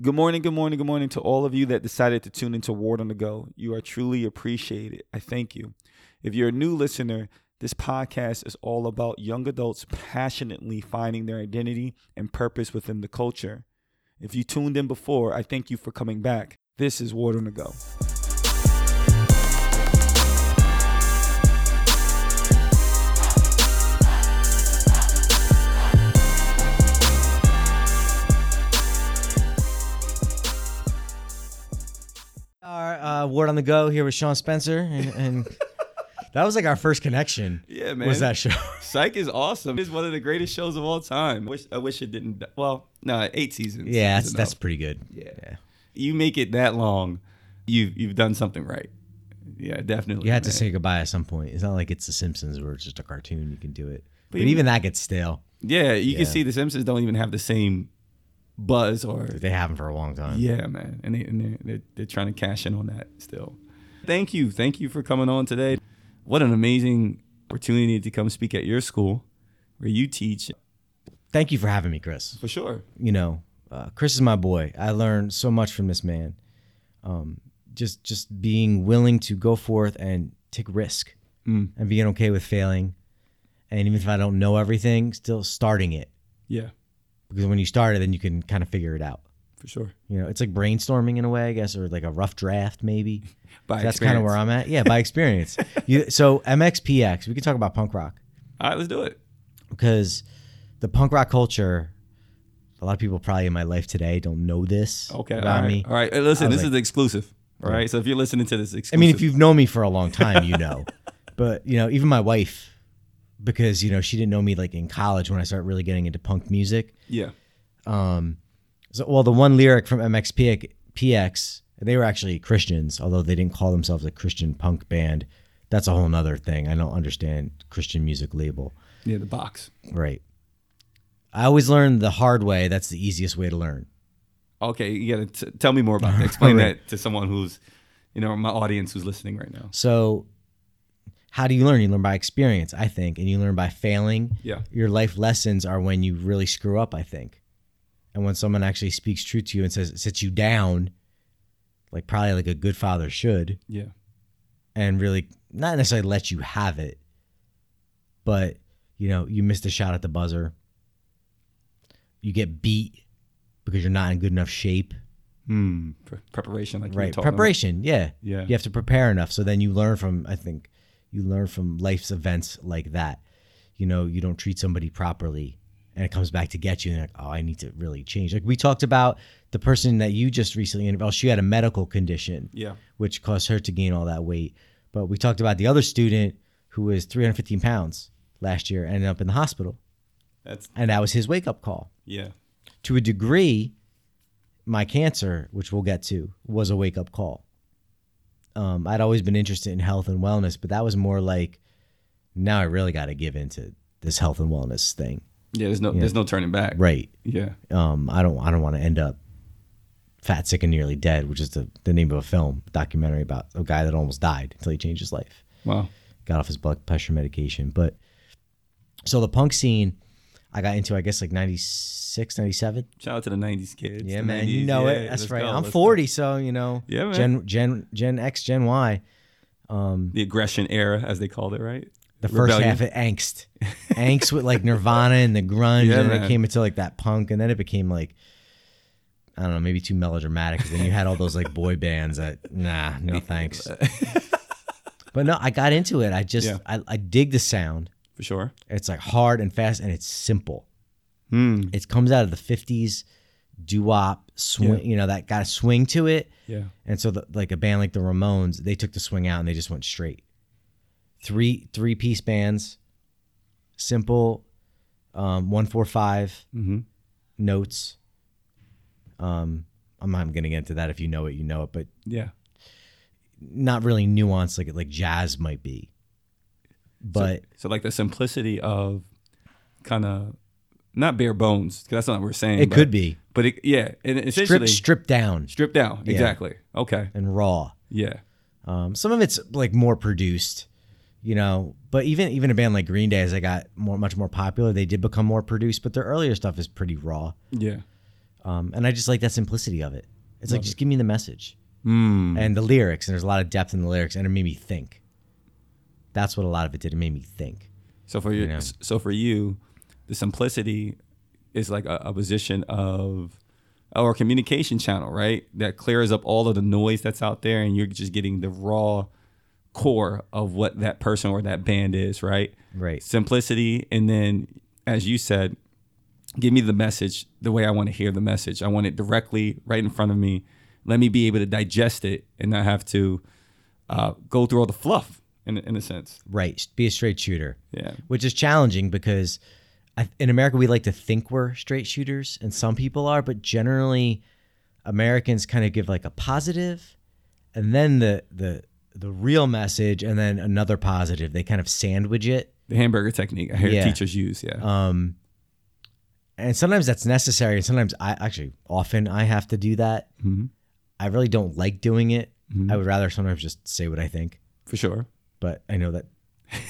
Good morning, good morning, good morning to all of you that decided to tune into Ward on the Go. You are truly appreciated. I thank you. If you're a new listener, this podcast is all about young adults passionately finding their identity and purpose within the culture. If you tuned in before, I thank you for coming back. This is Ward on the Go. Our uh, word on the go here with Sean Spencer, and, and that was like our first connection. Yeah, Was that show? Psych is awesome. It's one of the greatest shows of all time. Wish I wish it didn't. Well, no, eight seasons. yeah, is that's, that's enough. pretty good. Yeah. You make it that long, you've you've done something right. Yeah, definitely. You had to man. say goodbye at some point. It's not like it's The Simpsons where it's just a cartoon. You can do it, but, even- even that gets stale. Yeah, you Yeah. can see the Simpsons don't even have the same buzz or They haven't for a long time. yeah, man. And, they, and they're, they're they're trying to cash in on that still. Thank you, thank you for coming on today. What an amazing opportunity to come speak at your school, where you teach Thank you for having me, Chris. for sure. you know, uh, Chris is my boy. I learned so much from this man. Um, just just being willing to go forth and take risk Mm. and being okay with failing, and even if I don't know everything, still starting it Yeah, because when you start it, then you can kind of figure it out. for sure. You know, it's like brainstorming in a way, I guess, or like a rough draft maybe. By That's kind of where experience. I'm at. Yeah, by experience. you, so MXPX, we could talk about punk rock All right, let's do it. because the punk rock culture. A lot of people probably in my life today don't know this Okay, all about right. me. All right, Hey, listen, I was this like- is exclusive. All right, so if you're listening to this, I exclusive. mean, if you've known me for a long time, you know. but you know, even my wife, because you know she didn't know me like in college when I started really getting into punk music. yeah, So, well, the one lyric from MXPX, PX, they were actually Christians, although they didn't call themselves a Christian punk band. That's a whole nother thing. I don't understand Christian music label, yeah, the box. right? I always learned the hard way. That's the easiest way to learn. Okay, you gotta t- tell me more about that. Explain Right. that to someone who's, you know, my audience who's listening right now. So, how do you learn? You learn by experience, I think, and you learn by failing. Yeah. Your life lessons are when you really screw up, I think. And when someone actually speaks true to you and says, sits you down, like probably like a good father should, Yeah. and really not necessarily let you have it, but you know, you missed a shot at the buzzer. You get beat because you're not in good enough shape. Hmm. Pre- preparation, like you were Right. talking Preparation. Yeah. Yeah. You have to prepare enough. So then you learn from, I think, you learn from life's events like that. You know, you don't treat somebody properly and it comes back to get you. And you're like, oh, I need to really change. Like we talked about the person that you just recently interviewed, oh, she had a medical condition, Yeah. which caused her to gain all that weight. But we talked about the other student who was 315 pounds last year, ended up in the hospital. That's And that was his wake up call yeah. to a degree, my cancer, which we'll get to, was a wake up call. Um, I'd always been interested in health and wellness, but that was more like, now I really got to give into this health and wellness thing, Yeah. There's no there's no turning back. right? Yeah. Um, I don't, I don't want to end up fat, sick, and nearly dead, which is the, the name of a film documentary about a guy that almost died until he changed his life Wow. got off his blood pressure medication. But so the punk scene I got into, I guess, like 96, 97. Shout out to the '90s kids. Yeah, the man, you 90s. know Yeah, it. That's let's right. go, I'm let's 40, so you know, Yeah, man. Gen Gen Gen X, Gen Y, go. The aggression era, as they called it, right? the first half of angst, angst with like Nirvana and the grunge, Yeah, and then man. it came into like that punk, and then it became like. I don't know, maybe too melodramatic. 'cause then you had all those like boy bands that, nah, no thanks. but no, I got into it. I just, Yeah. I, I dig the sound. for sure. It's like hard and fast and it's simple. Hmm. It comes out of the 50s doo wop swing, Yeah. you know, that got a swing to it. Yeah. And so, the, like a band like the Ramones, they took the swing out and they just went straight. Three three piece bands, simple, um, one four five Mm-hmm. notes. Um, I'm not going to get into that. If you know it, you know it, but Yeah. not really nuanced like like jazz might be. But So like the simplicity of kind of not bare bones. 'cause that's not what we're saying. it but- could be But it, yeah, and essentially stripped stripped down stripped down. Exactly. Okay. and raw. Yeah. Um, some of it's like more produced, you know. But even even a band like Green Day, as they got more much more popular, they did become more produced. But their earlier stuff is pretty raw. Yeah. Um, and I just like that simplicity of it. It's like Love just give me the message Hmm. Mm. and the lyrics, and there's a lot of depth in the lyrics, and it made me think. That's what a lot of it did. It made me think. So for you, know. so for you, the simplicity is like a, a position of or a communication channel, right? That clears up all of the noise that's out there, and you're just getting the raw core of what that person or that band is, right? Right. Simplicity, and then as you said, give me the message the way I want to hear the message. I want it directly right in front of me. Let me be able to digest it and not have to uh, go through all the fluff in, in a sense. Right. Be a straight shooter. Yeah. Which is challenging because I, in America, we like to think we're straight shooters, and some people are, but generally, Americans kind of give like a positive and then the, the, the real message and then another positive. They kind of sandwich it. The hamburger technique I hear Yeah. teachers use. Yeah. Um, and sometimes that's necessary. And sometimes I actually, often I have to do that. Mhm. I really don't like doing it. I would rather sometimes just say what I think, For sure. but I know that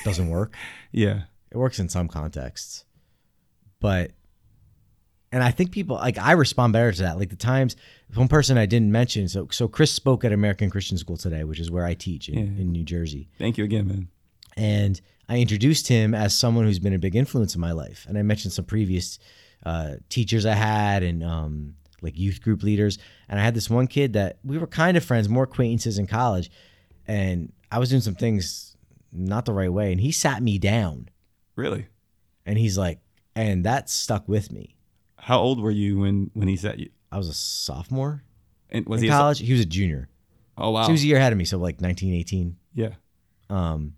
doesn't work. Yeah. it works in some contexts but and i think people like i respond better to that like the times one person i didn't mention so so chris spoke at american christian school today which is where i teach in, Yeah. in new jersey Thank you again, man. and i introduced him as someone who's been a big influence in my life and i mentioned some previous uh, teachers i had and um, like youth group leaders and i had this one kid that we were kind of friends more acquaintances in college and i was doing some things not the right way and he sat me down Really. and he's like, and that stuck with me. How old were you when when he set you? I was a sophomore And was in he? a- college. He was a junior. oh wow. So he was a year ahead of me. So like 1918. yeah. Um,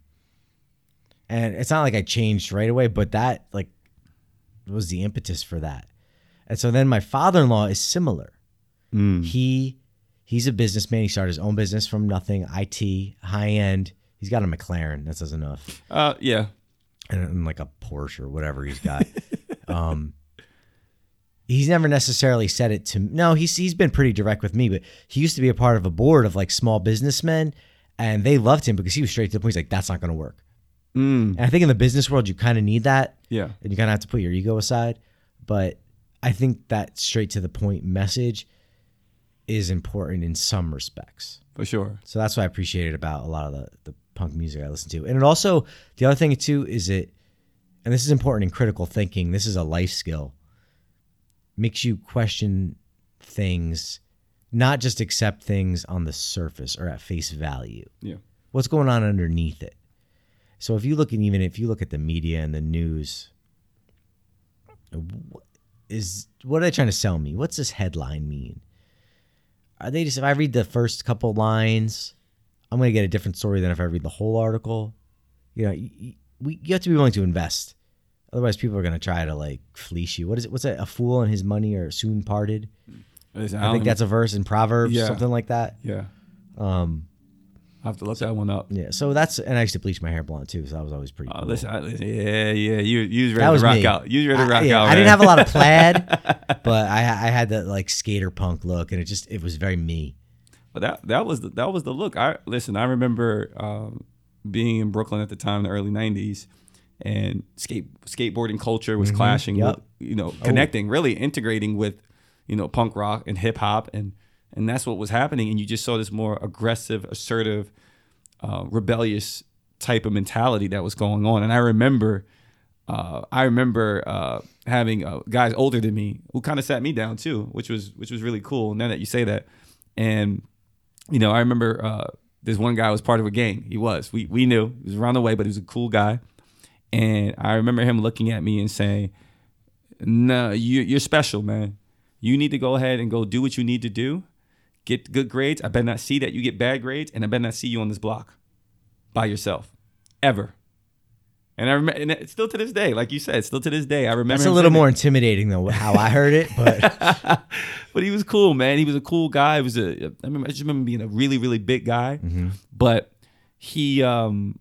and it's not like I changed right away, but that like was the impetus for that. And so then my father-in-law is similar. Mm. Mm. He he's a businessman. He started his own business from nothing. IT high end. He's got a McLaren. That's enough. Uh, yeah. and, and like a Porsche or whatever he's got. um, he's never necessarily said it to me. No, he's he's been pretty direct with me, but he used to be a part of a board of like small businessmen, and they loved him because he was straight to the point. He's like, "That's not going to work." Mm. And I think in the business world, you kind of need that, Yeah. and you kind of have to put your ego aside. But I think that straight to the point message is important in some respects. For sure. So that's what I appreciated about a lot of the, the punk music I listen to. And it also, the other thing too is it, and this is important in critical thinking, this is a life skill, makes you question things, not just accept things on the surface or at face value. Yeah. What's going on underneath it? So if you look and even if you look at the media and the news, wh- is what are they trying to sell me? What's this headline mean? Are they just if I read the first couple lines, I'm going to get a different story than if I read the whole article. You know, y- y- we you have to be willing to invest. Otherwise, people are going to try to like fleece you. What is it? What's that? A fool and his money are soon parted. Listen, I think don't- that's a verse in Proverbs, Um, Yeah. something like that. Yeah. Um, I have to look that one up. yeah. So that's and I used to bleach my hair blonde too, so I was always pretty. Uh, cool. listen, I, listen. Yeah. Yeah. You you was That ready was to rock me. out. You was ready to rock I, yeah, out. I didn't man. have a lot of plaid, but I, I had that like skater punk look, and it just it was very me. But that that was the, that was the look. I listen. I remember um, being in Brooklyn at the time in the early '90s, and skate skateboarding culture was clashing. Yep. With, you know, connecting, really integrating with you know punk rock and hip hop, and and that's what was happening. And you just saw this more aggressive, assertive, uh, rebellious type of mentality that was going on. And I remember. Uh, I remember uh, having uh, guys older than me who kind of sat me down too, which was which was really cool. Now that you say that, and you know, I remember uh, this one guy was part of a gang. He was. We we knew he was around the way, but he was a cool guy. And I remember him looking at me and saying, "No, you you're special, man. You need to go ahead and go do what you need to do. Get good grades. I better not see that you get bad grades, and I better not see you on this block by yourself, ever." And I remember, and it's still to this day, like you said, still to this day, I remember. That's a him little saying that more intimidating than how I heard it, but but he was cool, man. He was a cool guy. He was a I remember I just remember him being a really really big guy, but he um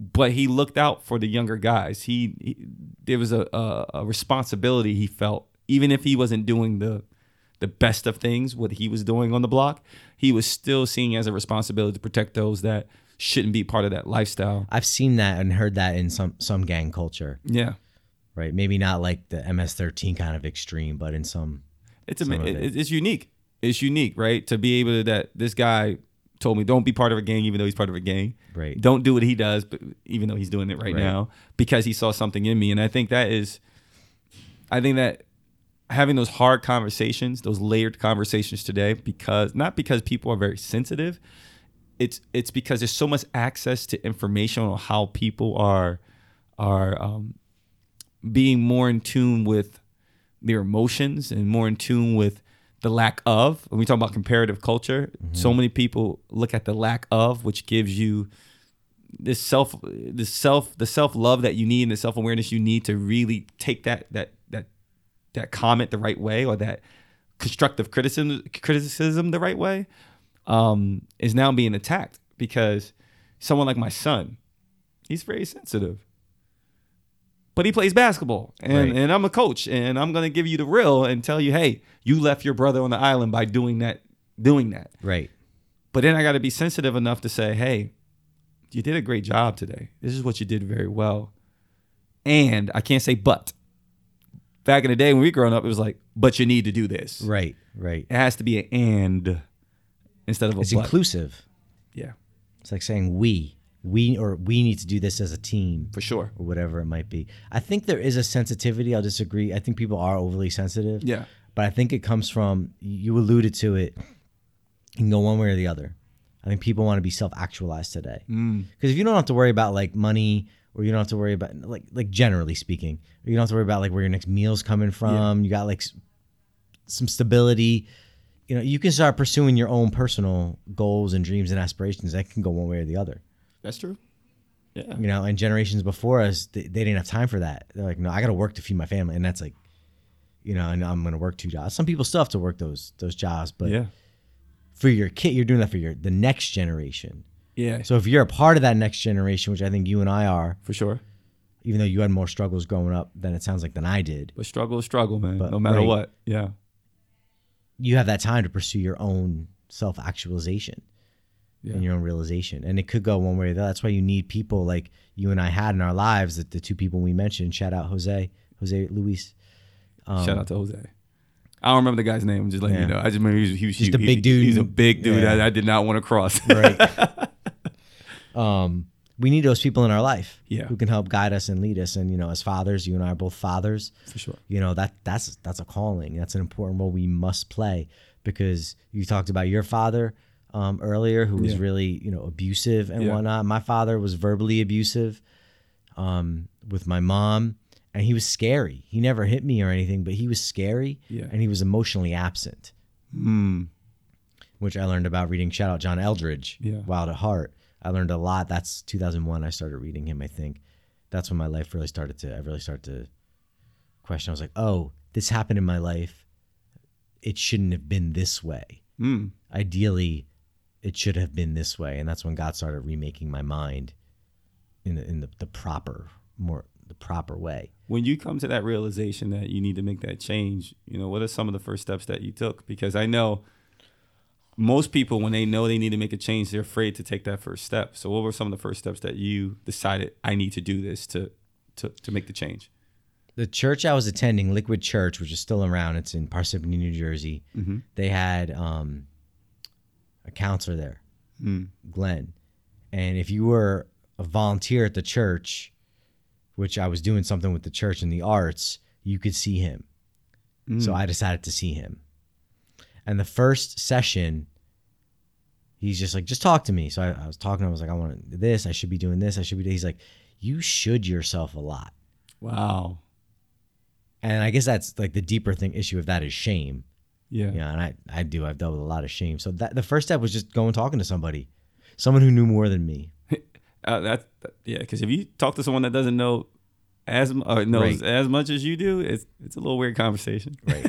but he looked out for the younger guys. He, he there was a, a a responsibility he felt even if he wasn't doing the the best of things what he was doing on the block, he was still seeing it as a responsibility to protect those that shouldn't be part of that lifestyle. I've seen that and heard that in some some gang culture, Yeah. right? Maybe not like the MS13 kind of extreme, but in some It's ama- Some of it, it. it- it's unique. It's unique, right? To be able to that this guy told me don't be part of a gang even though he's part of a gang. Right. Don't do what he does, but even though he's doing it right, Right. now because he saw something in me and I think that is I think that having those hard conversations, those layered conversations today because not because people are very sensitive, it's it's because there's so much access to information on how people are are um, being more in tune with their emotions and more in tune with the lack of when we talk about comparative culture so many people look at the lack of which gives you this self this self the self love that you need and the self awareness you need to really take that that that that comment the right way or that constructive criticism criticism the right way um, is now being attacked because someone like my son he's very sensitive but he plays basketball and, Right. and i'm a coach and i'm going to give you the real and tell you hey you left your brother on the island by doing that doing that Right. but then I got to be sensitive enough to say, hey, you did a great job today. This is what you did very well. And I can't say but. Back in the day when we were growing up, it was like, but you need to do this. Right. Right. It has to be an and instead of a It's but. inclusive. yeah, It's like saying we, we, or we need to do this as a team. for sure. or whatever it might be. I think there is a sensitivity. I'll disagree. I think people are overly sensitive. Yeah. But I think it comes from you alluded to it. You can go one way or the other. I think people want to be self-actualized today because if you don't have to worry about like money, or you don't have to worry about like like generally speaking, or you don't have to worry about like where your next meal's coming from. You got like s- some stability. You know, you can start pursuing your own personal goals and dreams and aspirations. That can go one way or the other That's true. Yeah. you know, and generations before us, they, they didn't have time for that. They're like, no, I got to work to feed my family, and that's like, you know, and I'm gonna work two jobs. Some people still have to work those those jobs, but Yeah. for your kid, you're doing that for your the next generation. Yeah. So if you're a part of that next generation, which I think you and I are, for sure. even though you had more struggles growing up than it sounds like than I did, But struggle is struggle, man. But- no matter right. what. Yeah. you have that time to pursue your own self actualization Yeah. and your own realization. And it could go one way or the other. That's why you need people like you and I had in our lives that the two people we mentioned, shout out Jose, Jose Luis. Um, Shout out to Jose. I don't remember the guy's name. I'm just letting Yeah. you know. I just remember he was, he was Just a huge. big He- dude. He's a big dude Yeah. that I did not want to cross. right? um, we need those people in our life Yeah. who can help guide us and lead us. And you know, as fathers, you and I are both fathers. for sure. You know that that's that's a calling. That's an important role we must play because you talked about your father um, earlier, who was Yeah. really you know abusive and Yeah. whatnot. My father was verbally abusive um, with my mom. And he was scary. He never hit me or anything, but he was scary Yeah. and he was emotionally absent Hmm. which I learned about reading. Shout out John Eldridge, Yeah. Wild at Heart. I learned a lot. That's 2001. I started reading him. I think that's when my life really started to. I really started to question. I was like, oh, this happened in my life. It shouldn't have been this way. Hmm. Ideally, it should have been this way. And that's when God started remaking my mind in the, in the, the proper more the proper way. when you come to that realization that you need to make that change, you know, what are some of the first steps that you took? Because I know most people, when they know they need to make a change, they're afraid to take that first step. So, what were some of the first steps that you decided I need to do this to to, to make the change? the church I was attending, Liquid Church, which is still around, it's in Parsippany, New Jersey. Mhm. They had um, a counselor there, Mm. Glenn, and if you were a volunteer at the church, which I was doing something with the church in the arts, you could see him. So I decided to see him. And the first session, he's just like, just talk to me. So I, I was talking. I was like, I want to do this. I should be doing this. I should be. He's like, you should yourself a lot. Wow. And I guess that's like the deeper thing issue of that is shame. Yeah. You know, and I, I do, I've dealt with a lot of shame. So that the first step was just going talking to somebody, someone who knew more than me. Uh, that, that- yeah. Because if you talk to someone that doesn't know as m- or knows Right. as much as you do, it's it's a little weird conversation. Right.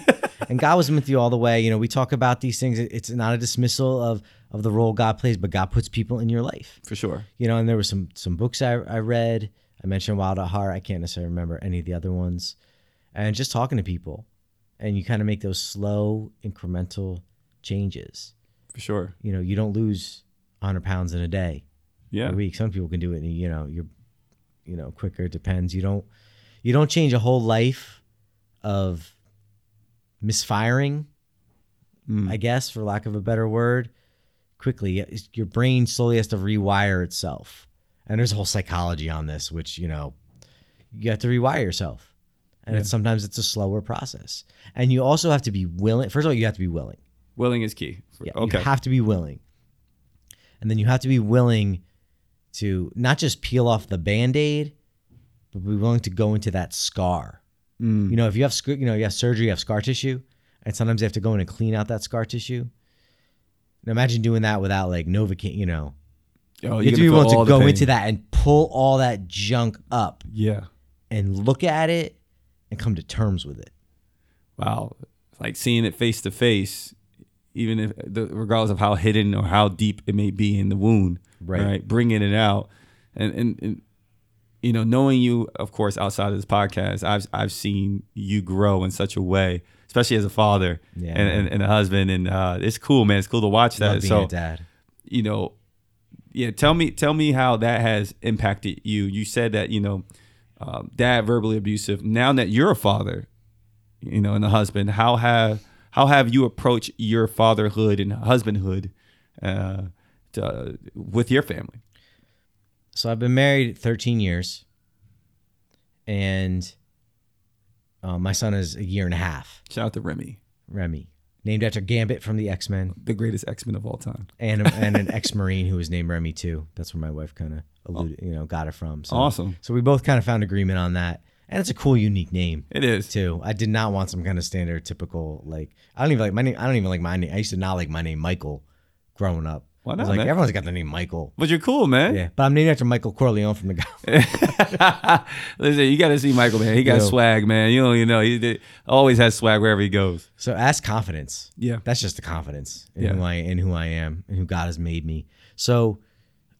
and God was with you all the way. You know, we talk about these things. It- It's not a dismissal of, of the role God plays, but God puts people in your life. For sure. You know, and there were some, some books I, I read. I mentioned Wild at Heart. I can't necessarily remember any of the other ones. And just talking to people. And you kind of make those slow, incremental changes. For sure. You know, you don't lose 100 pounds in a day. Yeah. a week. Some people can do it, in, you know, you're, you know, quicker. It depends. You don't, you don't change a whole life of misfiring, Mm. I guess, for lack of a better word, quickly. It's- Your brain slowly has to rewire itself. And there's a whole psychology on this, which, you know, you have to rewire yourself. And it's, sometimes it's a slower process. And you also have to be willing. First of all, you have to be willing. Willing is key. Yeah, okay. You have to be willing. And then you have to be willing to not just peel off the band aid, but be willing to go into that scar. Mm. You know, if you have sc- you know you have surgery, you have scar tissue, and sometimes you have to go in and clean out that scar tissue. Now imagine doing that without like Novocaine. You know, Oh, you're you have to be gonna willing feel all to the go pain. into that and pull all that junk up Yeah. and look at it and come to terms with it. Wow. Like seeing it face to face, even if the, regardless of how hidden or how deep it may be in the wound, Right. Bringing it out, and, and and you know, knowing you, of course, outside of this podcast, I've I've seen you grow in such a way, especially as a father Yeah. and, and and a husband, and uh, it's cool, man. It's cool to watch that. Love being So a dad. you know yeah tell me tell me how that has impacted you you said that you know um, dad verbally abusive now that you're a father you know and a husband how have how have you approached your fatherhood and husbandhood uh, to, with your family So I've been married 13 years, and uh, my son is a year and a half. shout out to remy Remy, named after Gambit from the X Men, the greatest x-men of all time and and an ex Marine who was named Remy too. That's where my wife kind of alluded, you know, got it from. So, awesome So we both kind of found agreement on that, and it's a cool, unique name it is too. I did not want some kind of stereotypical like I don't even like my name. I don't even like my name. I used to not like my name Michael growing up. Why I was not, like man? everyone's got the name Michael. but you're cool man Yeah, but I'm named after Michael Corleone from the. Godfather. listen you gotta see michael man he got Yo. swag man you don't even know he did- always has swag wherever he goes So that's confidence. yeah That's just the confidence in Yeah. who I in who I am and who God has made me. So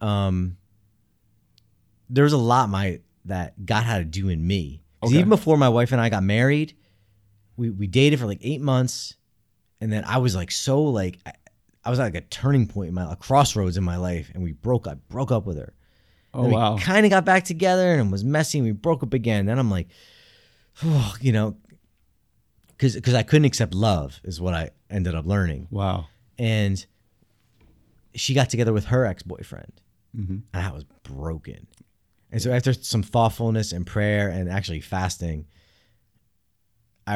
um there's a lot my that God had to do in me. 'Cause Okay. Even before my wife and I got married, we we dated for like eight months, and then I was like so like I, I was at like a turning point in my a crossroads in my life, and we broke. I broke up with her. oh Then we wow Kind of got back together and was messy and we broke up again. Then I'm like, oh, you know, because because I couldn't accept love is what I ended up learning. wow And she got together with her ex boyfriend, Mhm. and I was broken. And so after some thoughtfulness and prayer and actually fasting,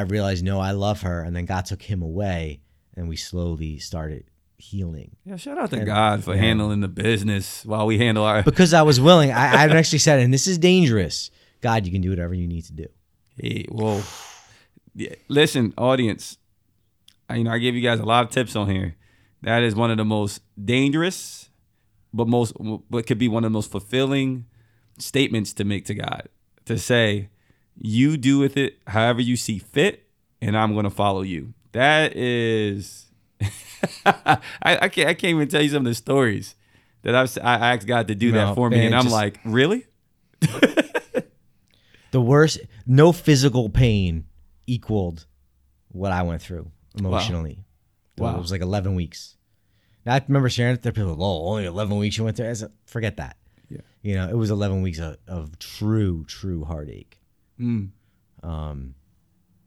I realized no, I love her. And then God took him away, and we slowly started healing. Yeah, shout out to And- God for yeah. handling the business while we handle our. because I was willing. I, I've actually said, and this is dangerous. God, you can do whatever you need to do. Hey, whoa. Yeah, listen, audience. I, you know, I gave you guys a lot of tips on here. That is one of the most dangerous, but most but could be one of the most fulfilling statements to make to God. To say, "You do with it however you see fit, and I'm going to follow you." That is, I, I can't I can't even tell you some of the stories that I've s- I I asked God to do No, that for me, man, and I'm just- like, really? The worst, no physical pain equaled what I went through emotionally. Wow. It was like 11 weeks. Now, I remember sharing it. There people, oh, only 11 weeks you went through. I said, forget that. Yeah. You know, it was 11 weeks of, of true, true heartache. Mm, Um,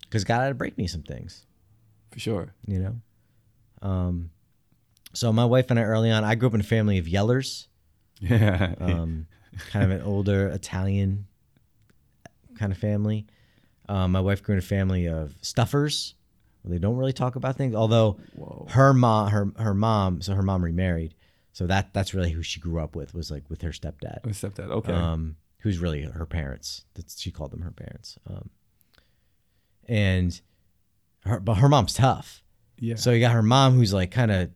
because God had to break me some things. for sure. you know. Um, so my wife and I early on, I grew up in a family of yellers, Yeah. um, kind of an older Italian kind of family. Um, my wife grew in a family of stuffers. They don't really talk about things, although Whoa. her mom, her her mom, so her mom remarried, so that that's really who she grew up with was like with her stepdad Oh, stepdad. Okay. um, who's really her parents. That's, she called them her parents. Um, and her, but her mom's tough. yeah. So you got her mom who's like kind of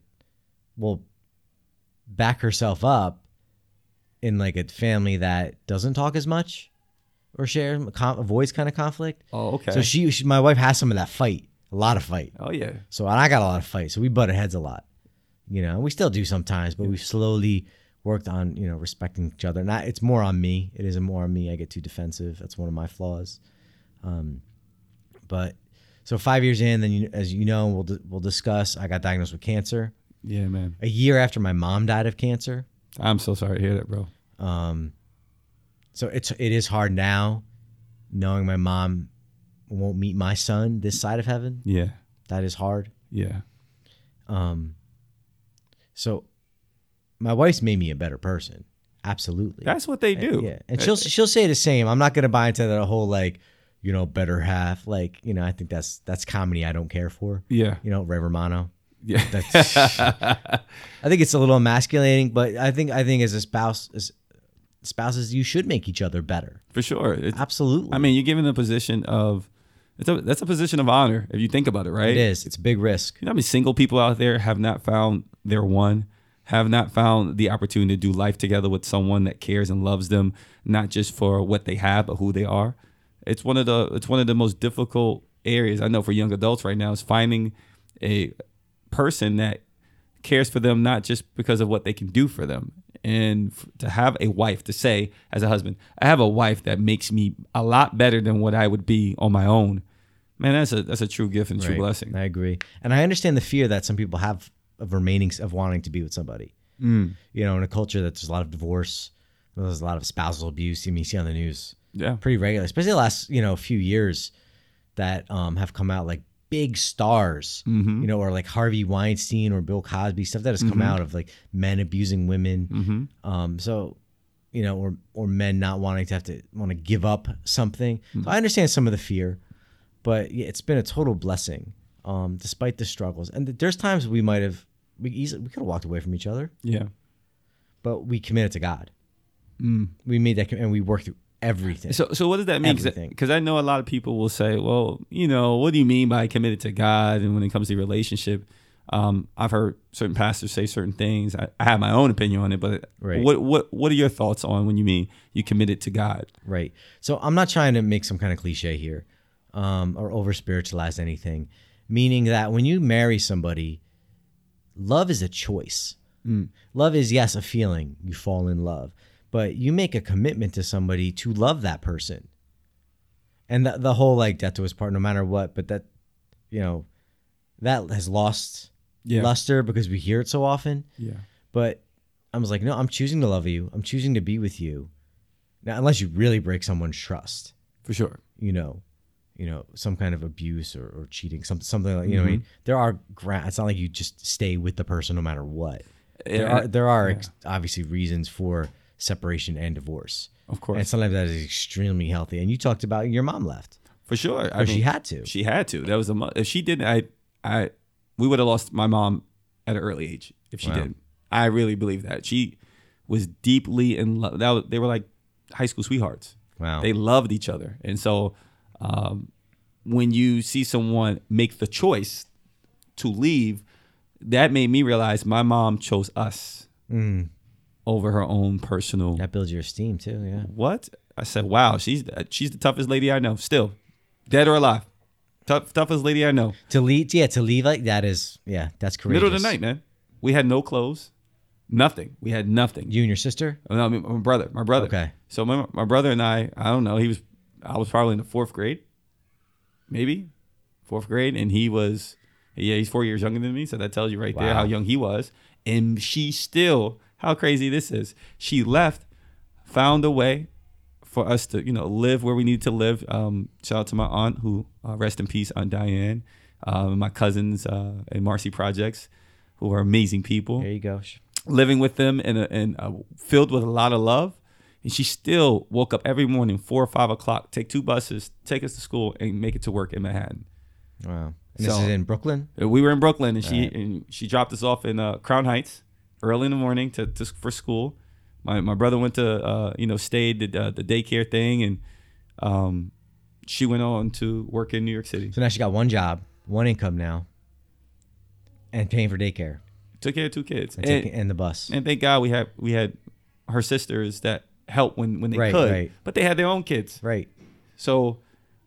will back herself up in like a family that doesn't talk as much or share com- avoids kind of conflict. oh, okay. So she, she, my wife has some of that fight, a lot of fight. oh, yeah. So and I got a lot of fights. So we butted heads a lot. You know, we still do sometimes, but we've slowly worked on, you know, respecting each other. Not it's more on me. It isn't more on me. I get too defensive. That's one of my flaws. Um, but so five years in, then you, as you know, we'll di- we'll discuss. I got diagnosed with cancer Yeah, man. a year after my mom died of cancer. I'm so sorry to hear that, bro. Um, so it's it is hard now, knowing my mom won't meet my son this side of heaven Yeah. That is hard. Yeah. Um, so my wife's made me a better person. Absolutely. That's what they do. Yeah, and she'll she'll say the same. I'm not gonna buy into that whole like, you know, better half. Like, you know, I think that's that's comedy I don't care for. Yeah. You know, Ray Romano. Yeah. That's- I think it's a little emasculating, but I think I think as a spouse, as spouses, you should make each other better. For sure. It's, Absolutely. I mean, you're given a position of, it's a, that's a position of honor if you think about it, right? it is. It's a big risk. You know how many single people out there have not found their one, have not found the opportunity to do life together with someone that cares and loves them, not just for what they have, but who they are. It's one of the it's one of the most difficult areas I know for young adults right now is finding a person that cares for them not just because of what they can do for them and f- to have a wife to say as a husband i have a wife that makes me a lot better than what i would be on my own man that's a that's a true gift and true Right. blessing I agree, and I understand the fear that some people have of remaining of wanting to be with somebody. Mm. You know, in a culture that's a lot of divorce, there's a lot of spousal abuse. You mean you see on the news yeah pretty regularly, especially the last you know few years that um, have come out like big stars, Mhm. you know, or like Harvey Weinstein or Bill Cosby stuff that has come out of like men abusing women. mm-hmm Um, so, you know, or or men not wanting to have to want to give up something. So I understand some of the fear, but yeah, it's been a total blessing, um, despite the struggles. And there's times we might have we easily we could have walked away from each other, Yeah. but we committed to God. We made that com- and we worked through everything. Mm. So, so what does that mean? Everything. Because I know a lot of people will say, well, you know, what do you mean by committed to God? And when it comes to relationship, um, I've heard certain pastors say certain things. I, I have my own opinion on it, but Right. what what what are your thoughts on when you mean you committed to God? Right. So I'm not trying to make some kind of cliche here um, or over spiritualize anything, meaning that when you marry somebody, love is a choice. Mm. Love is, yes, a feeling. You fall in love, but you make a commitment to somebody to love that person. And the, the whole like death to his part, no matter what, but that, you know, that has lost Yeah. luster because we hear it so often Yeah. but I was like, no, I'm choosing to love you. I'm choosing to be with you. Now, unless you really break someone's trust, For sure. you know, you know, some kind of abuse or, or cheating, some, something like, you know, what I mean, Mm-hmm. there are grounds. It's not like you just stay with the person no matter what. There Yeah. are there are ex- obviously reasons for separation and divorce, Of course. and sometimes that is extremely healthy. And you talked about your mom left, For sure. I or she mean, had to. She had to. That was a mu- if she didn't, I, I, we would have lost my mom at an early age if she Wow. didn't. I really believe that she was deeply in love. That was, they were like high school sweethearts. wow, They loved each other, and so um, when you see someone make the choice to leave, that made me realize my mom chose us mm, over her own personal. that builds your esteem too. Yeah, What? I said, wow, she's she's the toughest lady I know. Still, dead or alive, tough toughest lady I know. to leave, yeah, to leave like that is, yeah, that's courageous. Middle of the night, man. We had no clothes, nothing. We had nothing. you and your sister. No, I mean, my brother, my brother. Okay. So my my brother and I, I don't know. He was, I was probably in the fourth grade, maybe, fourth grade, and he was, yeah, he's four years younger than me. So that tells you right there how Wow. young he was. And she still, how crazy this is. She left, found a way for us to, you know, live where we need to live. Um, shout out to my aunt who, uh, rest in peace, Aunt Diane, um, my cousins uh, and Marcy Projects, who are amazing people There you go. Sh- living with them and and uh, filled with a lot of love. And she still woke up every morning, four or five o'clock, take two buses, take us to school, and make it to work in Manhattan. Wow. And this So- is in Brooklyn. And We were in Brooklyn, and she and she dropped us off in uh, Crown Heights early in the morning to, to for school. My my brother went to uh, you know stayed the uh, the daycare thing, and um, she went on to work in New York City. So now she got one job, one income now, and paying for daycare Took care of two kids, and, And- taking, and the bus. and thank God we had we had her sisters that helped when when they Right, could, right. but they had their own kids. right. So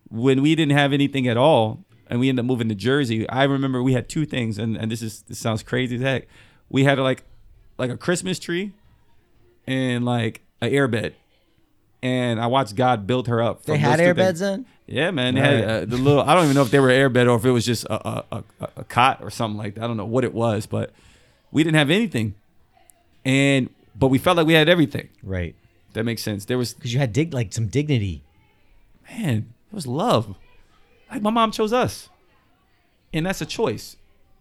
when we didn't have anything at all and we ended up moving to Jersey, I remember we had two things and, and this is this sounds crazy as heck. We had like like a Christmas tree and like an airbed. And I watched God build her up. They from had those two airbeds things. then? Yeah, man. They All had right. uh, the little. I don't even know if they were airbed or if it was just a, a, a, a cot or something like that. I don't know what it was, but we didn't have anything, and but we felt like we had everything. Right. That makes sense. There was Because you had dig like some dignity. man, it was love. Like my mom chose us. and that's a choice,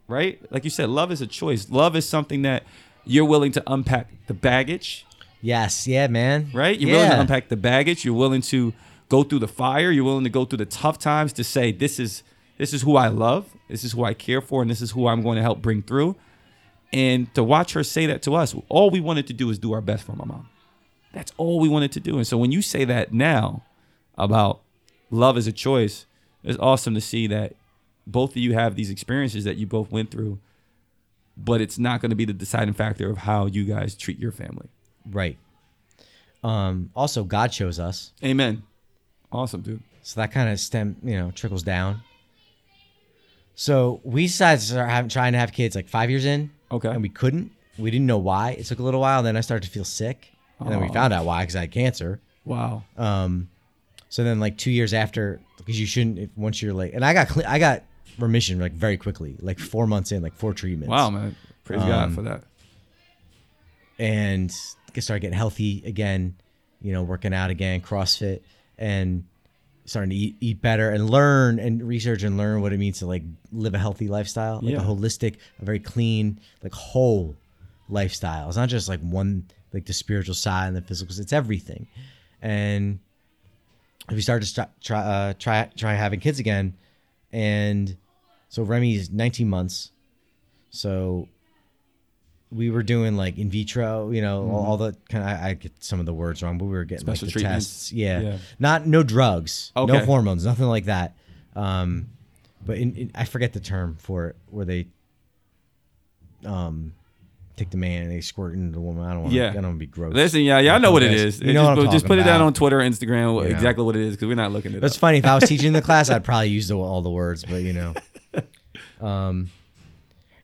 right? Like you said, love is a choice. Love is something that you're willing to unpack the baggage, Yes, yeah, man. right? You're willing to unpack the baggage. You're willing to go through the fire. You're willing to go through the tough times to say this is this is who I love. This is who I care for, and this is who I'm going to help bring through. And to watch her say that to us, all we wanted to do is do our best for my mom. That's all we wanted to do. And so when you say that now about love is a choice, it's awesome to see that both of you have these experiences that you both went through, but it's not going to be the deciding factor of how you guys treat your family. Right. Um, also, God chose us, Amen. Awesome, dude. so that kind of stem, you know, trickles down. So we decided to start having, trying to have kids like five years in, Okay. and we couldn't. We didn't know why. It took a little while. Then I started to feel sick, and then we Aw. found out why because I had cancer. Wow. Um, so then like two years after, because you shouldn't if, once you're like, and I got cle I got remission like very quickly, like four months in, like four treatments. Wow, man. Praise God Um, for that. and get- started getting healthy again, you know, working out again, CrossFit, and starting to eat, eat better and learn and research and learn what it means to like live a healthy lifestyle, like Yeah. a holistic, a very clean, like whole lifestyle. It's not just like one, like the spiritual side and the physical, it's everything. And we started to st- try, uh, try, try having kids again. And so Remy is 19 months. So we were doing like in vitro, you know, all, all the kind of, I, I get some of the words wrong, but we were getting Mm-hmm. Special like the treatments. tests. Yeah. Yeah. Not, no drugs, no Okay. hormones, nothing like that. Um, but in, in, I forget the term for it, where they, um, take the man and they squirt into the woman. I don't want to, Yeah. I don't want to be gross. Listen, yeah, y'all know what it is. You know just, what I'm just talking put it down about. on Twitter, Instagram, You know. exactly what it is, because we're not looking at That's it. funny. If I was teaching the class, I'd probably use the, all the words, but you know. Um,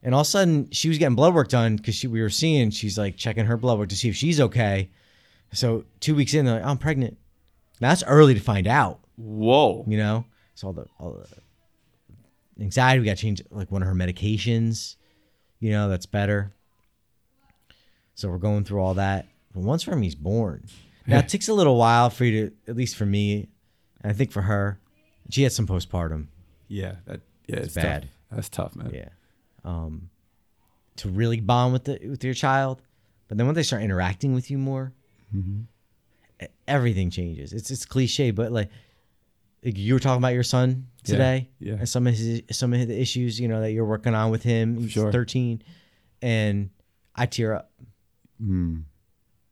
and all of a sudden, she was getting blood work done because we were seeing. She's like checking her blood work to see if she's okay. So two weeks in, they're like, "Oh, "I'm pregnant." Now that's early to find out, Whoa. you know. So all the all the anxiety, we got to change like one of her medications. You know that's better. So we're going through all that. But once Remy's born, now it takes a little while for you to, at least for me, and I think for her, she had some postpartum. Yeah. That, yeah, it's, bad. Tough. That's tough, man. Yeah. Um, to really bond with the with your child, but then when they start interacting with you more, Mm-hmm. e- everything changes. It's it's cliche, but like, like you were talking about your son Yeah, today, yeah. and some of his some of the issues you know that you're working on with him. He's Sure. 13, and I tear up Mm.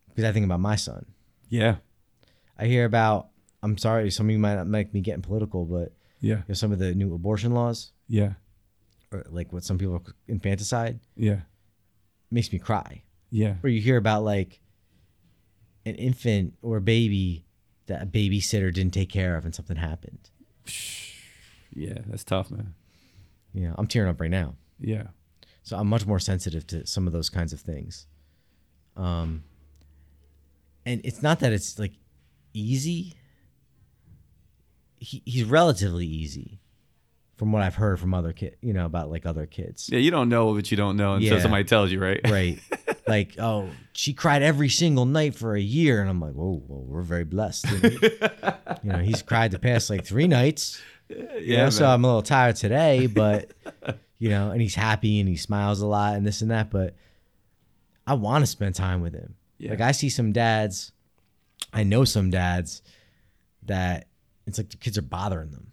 because I think about my son. Yeah. I hear about. I'm sorry, some of you might not make me getting political, but Yeah. you know, some of the new abortion laws, Yeah. or like what some people call infanticide, Yeah. makes me cry. Yeah. where you hear about like an infant or a baby that a babysitter didn't take care of and something happened. Yeah. That's tough, man. You know, I'm tearing up right now. Yeah. So I'm much more sensitive to some of those kinds of things. Um and it's not that it's like easy. He, he's relatively easy from what I've heard from other kid, you know, about like other kids. Yeah. You don't know what you don't know until Yeah. somebody tells you, right? right? Like, oh, she cried every single night for a year, and I'm like, whoa, well, we're very blessed. you know, he's cried the past like three nights. yeah. Yeah, so man. I'm a little tired today, but you know, and he's happy and he smiles a lot and this and that. But I want to spend time with him. Yeah. Like I see some dads, I know some dads that it's like the kids are bothering them.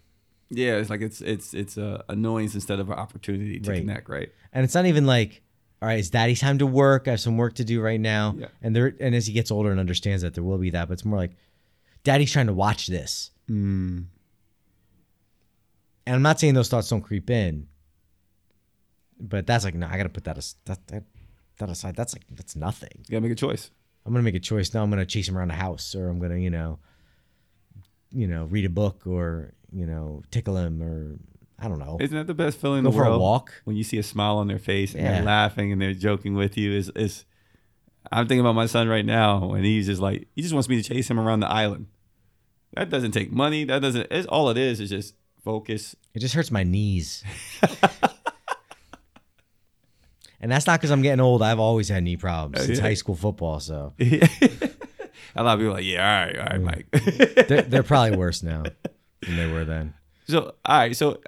yeah. It's like it's it's it's a annoyance instead of an opportunity to Right. connect, right? and it's not even like all right it's daddy's time to work i have some work to do right now Yeah. and there and as he gets older and understands that there will be that but it's more like daddy's trying to watch this Mm. and i'm not saying those thoughts don't creep in but that's like no i gotta put that, as, that, that that aside that's like that's nothing You gotta make a choice. i'm gonna make a choice now i'm gonna chase him around the house or i'm gonna you know you know read a book or you know tickle him or i don't know Isn't that the best feeling in go the for world? a walk when you see a smile on their face and they're Yeah. laughing and they're joking with you is is I'm thinking about my son right now and he's just like he just wants me to chase him around the island. That doesn't take money. That doesn't it's all it is is just focus. It just hurts my knees. and that's not because I'm getting old. I've always had knee problems Uh, since yeah. high school football. So a lot of people are like, yeah, all right, all right, Mike. they're, they're probably worse now than they were then. so all right, so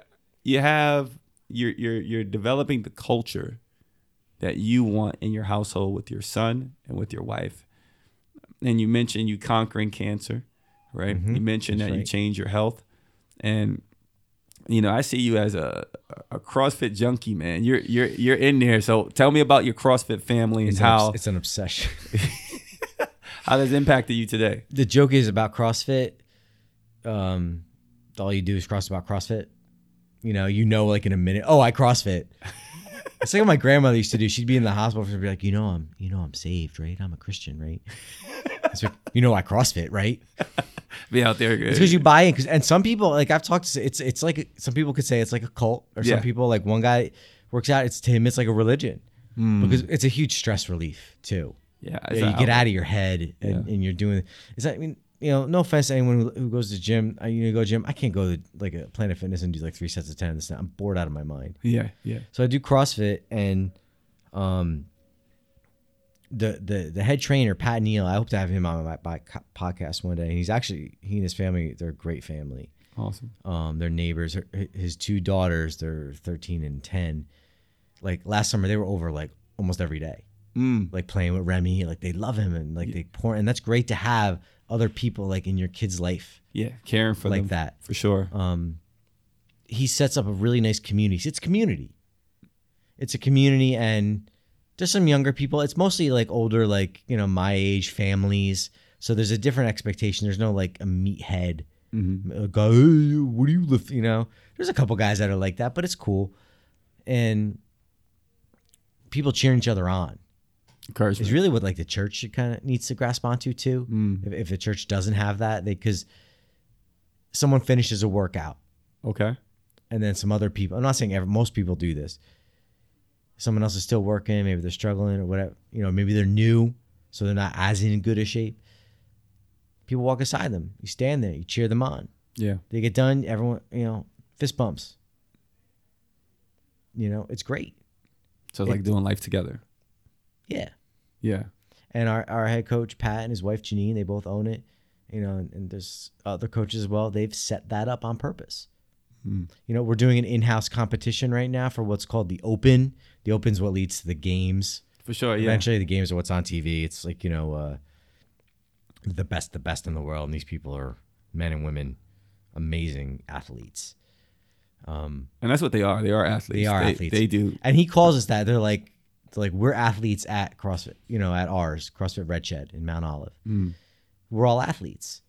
you have you're you're you're developing the culture that you want in your household with your son and with your wife. And you mentioned you conquering cancer, right? You mentioned that Mm-hmm. That's you right. change your health, and you know I see you as a a CrossFit junkie, man. You're you're you're in there. So tell me about your CrossFit family and It's, an, how obs- it's an obsession. how that's impacted you today. the joke is about CrossFit. Um, all you do is cross about CrossFit. You know, you know, like in a minute. Oh, I CrossFit. it's like what my grandmother used to do. She'd be in the hospital and be like, you know, I'm, you know, I'm saved, right? I'm a Christian, right? It's like, you know, I CrossFit, right? Be out there, It's because you buy in. 'cause- and some people, like I've talked to, it's it's like some people could say it's like a cult, or Yeah. some people, like one guy works out. It's to him, it's like a religion Hmm. because it's a huge stress relief too. yeah. Yeah, you get out of your head and, and you're doing. Is that I mean, you know, no offense to anyone who, who goes to gym. I, you know, go to gym. I can't go to like a Planet Fitness and do like three sets of ten. and This, and that. I'm bored out of my mind. Yeah, yeah. So I do CrossFit and, um, the the the head trainer Pat Neal. I hope to have him on my, my podcast one day. And he's actually he and his family. They're a great family Awesome. um, their neighbors, her- his two daughters, they're 13 and 10. Like last summer, they were over like almost every day, Mm. like playing with Remy. Like they love him and like they pour. And that's great to have other people like in your kid's life Yeah, caring for like them that. for sure. Um, he sets up a really nice community. It's community. It's a community and there's some younger people. It's mostly like older, like, you know, my age families. So there's a different expectation. There's no like a meathead Mhm. a guy, "Hey, what do you lift? You know, there's a couple guys that are like that, but it's cool. And people cheering each other on is Encouragement. really what like the church kind of needs to grasp onto too. Mm. If, if a church doesn't have that, they because someone finishes a workout Okay. and then some other people. I'm not saying ever, most people do this. Someone else is still working, maybe they're struggling or whatever. You know, maybe they're new, so they're not as in good a shape. People walk aside them. You stand there, you cheer them on. Yeah. They get done, everyone, you know, fist bumps. You know, it's great. So like doing life together. Yeah. Yeah. And our, our head coach, Pat, and his wife, Janine, they both own it. You know, and, and there's other coaches as well. They've set that up on purpose. Hmm. You know, we're doing an in house competition right now for what's called the Open. The Open's what leads to the games. For sure. Yeah. Eventually, the games are what's on TV. It's like, you know, uh, the best, the best in the world. And these people are men and women, amazing athletes. Um, And that's what they are. They are athletes. They are athletes. They do. And he calls us that. They're like, they're like we're athletes at CrossFit, you know, at ours, CrossFit Red Shed in Mount Olive. Mm. We're all athletes.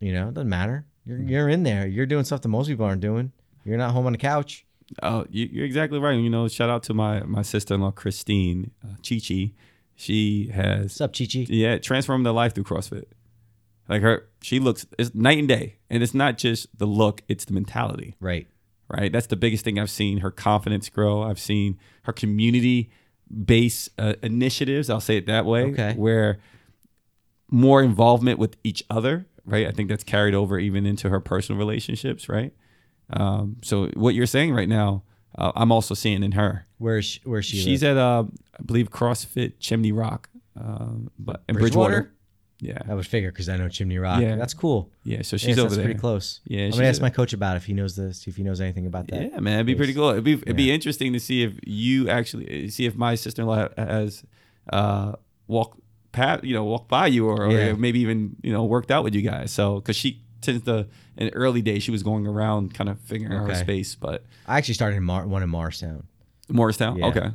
You know, it doesn't matter. You're, Hmm. you're in there. You're doing stuff that most people aren't doing. You're not home on the couch. Oh, you, you're exactly right. You know, shout out to my my sister in law Christine uh, Chichi. She has What's up, Chichi? yeah transformed their life through CrossFit. Like her, she looks it's night and day, and it's not just the look; it's the mentality. Right. right? That's the biggest thing I've seen her confidence grow. I've seen her community based uh, initiatives, I'll say it that way, Okay. where more involvement with each other, right? I think that's carried over even into her personal relationships, right? Um, so what you're saying right now, uh, I'm also seeing in her. Where is she? Where is she? She's live? at, uh, I believe, CrossFit Chimney Rock, um, but in Bridgewater. Bridgewater? Yeah, I would figure because I know Chimney Rock. Yeah. That's cool. yeah. So Yes, she's over that's there. pretty close. Yeah, I'm she's gonna ask a- my coach about if he knows this, if he knows anything about that. Yeah, man, it'd be pretty place. cool. It'd be it'd be interesting to see if you actually see if my sister in law has uh, walked pat, you know, walked by you, or, or Yeah. maybe even you know worked out with you guys. So because she tends to in the early days she was going around kind of figuring out her Okay. space, but I actually started in Mar- one in Morristown. Morristown, Yeah. okay,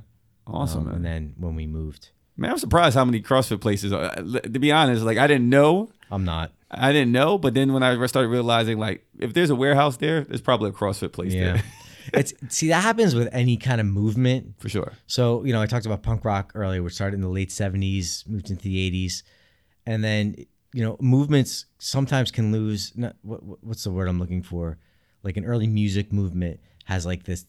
awesome, um, man. And then when we moved, Man, I'm surprised how many CrossFit places. Are. To be honest, like I didn't know. I'm not. I didn't know, but then when I started realizing, like, if there's a warehouse there, there's probably a CrossFit place Yeah. there it's see that happens with any kind of movement. for sure. So, you know, I talked about punk rock earlier, which started in the late 70s, moved into the 80s. And then, you know, movements sometimes can lose not, what, what- what's the word I'm looking for? Like an early music movement has like this,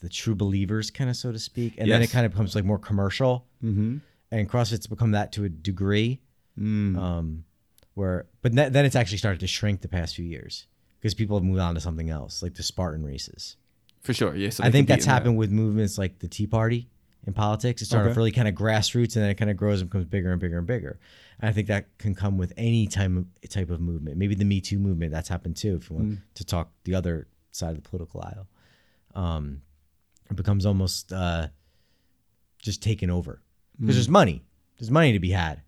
the true believers kind of, so to speak. And then it Yes. kind of becomes like more commercial. Mm-hmm. And CrossFit's become that to a degree. Mm. Um, where, but then then it's actually started to shrink the past few years because people have moved on to something else, like the Spartan races. For sure, yeah. So I they compete think that's in that. happened with movements like the Tea Party in politics. It started Okay. off really kind of grassroots, and then it kind of grows and becomes bigger and bigger and bigger. And I think that can come with any type of, type of movement. Maybe the Mm. Me Too movement that's happened too. If you want to talk the other side of the political aisle, um, it becomes almost uh, just taken over because Mm. there's money. There's money to be had.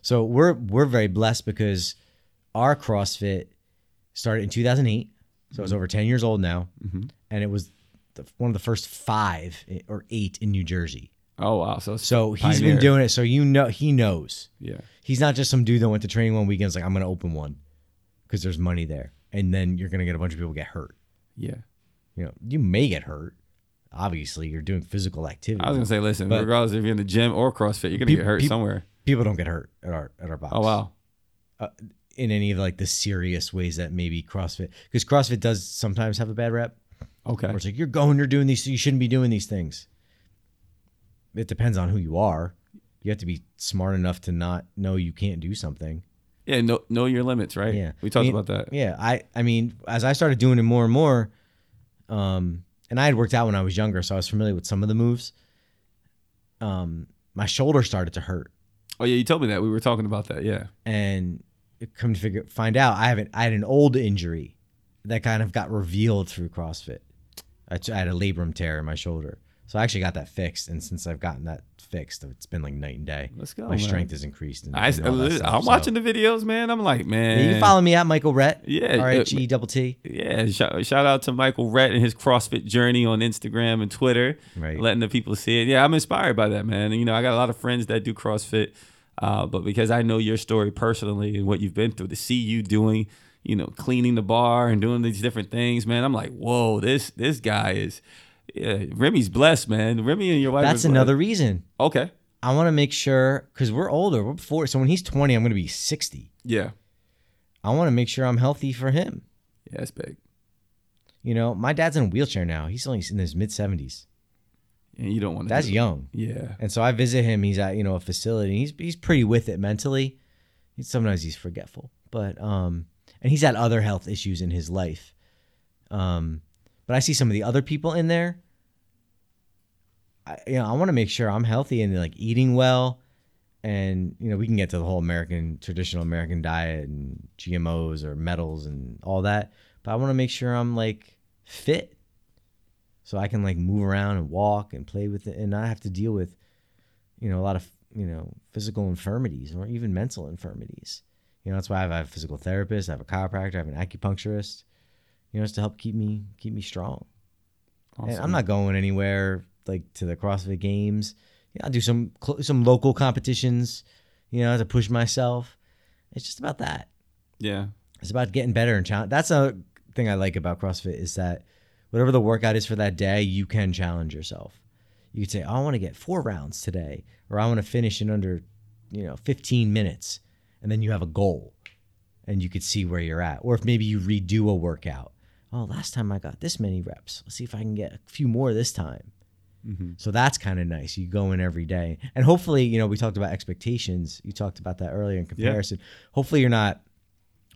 So we're we're very blessed because our CrossFit started in 2008, so Mm-hmm. it's over 10 years old now, Mhm. and it was the, one of the first five i- or eight in New Jersey. Oh wow. So it's So he's pioneer. been doing it. So you know he knows. Yeah. He's not just some dude that went to training one weekend. It's like I'm gonna open one because there's money there, and then you're gonna get a bunch of people get hurt. Yeah. You know, you may get hurt. Obviously, you're doing physical activity. I was gonna say, listen, But- regardless if you're in the gym or CrossFit, you're gonna Peop- get hurt peop- somewhere. people don't get hurt at our at our box. Oh wow. in any of like the serious ways that maybe CrossFit because CrossFit does sometimes have a bad rep Okay. where it's like you're going, you're doing these, you shouldn't be doing these things. It depends on who you are. You have to be smart enough to not know you can't do something. Yeah. Know know your limits, right? Yeah. We talked Me- about that. Yeah, I I mean, as I started doing it more and more, um, and I had worked out when I was younger, so I was familiar with some of the moves. Um, my shoulder started to hurt, Oh yeah, you told me that. We were talking about that. Yeah. and come to figure find out I haven't I had an old injury that kind of got revealed through CrossFit. I, t- I had a labrum tear in my shoulder, so I actually got that fixed, and since I've gotten that fixed, it's been like night and day. Let's go. my man. strength has increased. And, I, and all that stuff, am so- watching the videos, man. I'm like, Yeah, man. you can follow me at Michael Rhett. Yeah, uh, R H E double T. Yeah, shout, shout out to Michael Rhett and his CrossFit journey on Instagram and Twitter, Right. letting the people see it. Yeah, I'm inspired by that, man. And, you know, I got a lot of friends that do CrossFit, uh, but because I know your story personally and what you've been through, to see you doing, you know, cleaning the bar and doing these different things, man, I'm like, whoa, this this guy is, yeah, Remy's blessed, man. Remy and your wife. That's are blessed. another reason Okay. I want to make sure because we're older. We're before, so when he's twenty, I'm going to be sixty. Yeah. I want to make sure I'm healthy for him. Yeah, that's big. You know, my dad's in a wheelchair now. He's only in his mid seventies. And you don't want to. That's young. Yeah. And so I visit him. He's at you know a facility. He's he's pretty with it mentally. He's- Sometimes he's forgetful, but um, and he's had other health issues in his life. Um, but I see some of the other people in there. I you know I want to make sure I'm healthy and like eating well, and you know we can get to the whole American traditional American diet and GMOs or metals and all that. But I want to make sure I'm like fit, so I can like move around and walk and play with it and not have to deal with you know, a lot of, you know, physical infirmities or even mental infirmities. You know, that's why I have, I have a physical therapist, I have a chiropractor, I have an acupuncturist, you know, it's to help keep me, keep me strong. And I'm Awesome. not going anywhere like to the CrossFit games. Yeah, I'll do some, cl- some local competitions, you know, to push myself. It's just about that. Yeah. It's about getting better and challenge. That's a thing I like about CrossFit is that whatever the workout is for that day, you can challenge yourself. You could say, "Oh, "I want to get four rounds today," or "I want to finish in under, you know, 15 minutes," and then you have a goal, and you could see where you're at. Or if maybe you redo a workout, "Oh, last time I got this many reps. Let's see if I can get a few more this time." Mm-hmm. So that's kind of nice. You go in every day. And hopefully, you know, we talked about expectations. You talked about that earlier in comparison. Hopefully, you're not,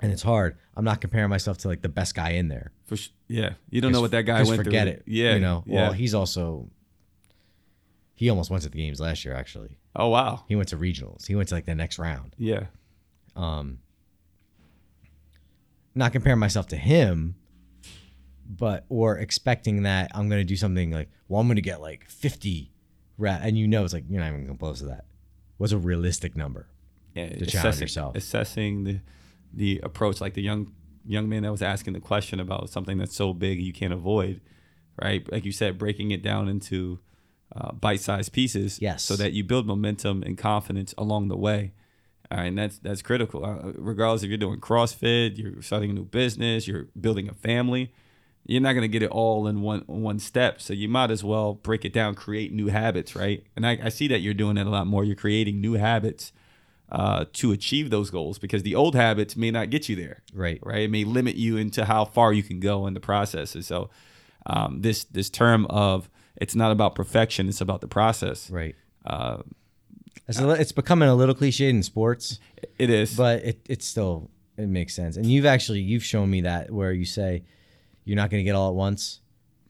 and it's hard. I'm not comparing myself to like the best guy in there. For sh- yeah. You don't know what that guy Just went forget through. it. Yeah. You know, Yeah. well, he's also, he almost went to the games last year, actually. oh wow. He went to regionals, he went to like the next round. Yeah. um not comparing myself to him but or expecting that i'm gonna do something like well i'm gonna get like 50 rep and you know it's like you're not even gonna close to that what's a realistic number yeah, to challenge yourself. Assessing the the approach, like the young young man that was asking the question about something that's so big you can't avoid, right? Like you said, breaking it down into uh, bite-sized pieces, Yes. so that you build momentum and confidence along the way. All right, and that's that's critical. Uh, regardless if you're doing CrossFit, you're starting a new business, you're building a family, you're not gonna get it all in one one step. So you might as well break it down, create new habits, right? And I, I see that you're doing that a lot more. You're creating new habits uh, to achieve those goals because the old habits may not get you there right right? It may limit you into how far you can go in the process. And so, um, this this term of it's not about perfection; it's about the process. right Uh, it's, a li- it's becoming a little cliched in sports it is, but it, it's still it makes sense and you've actually you've shown me that where you say you're not gonna get all at once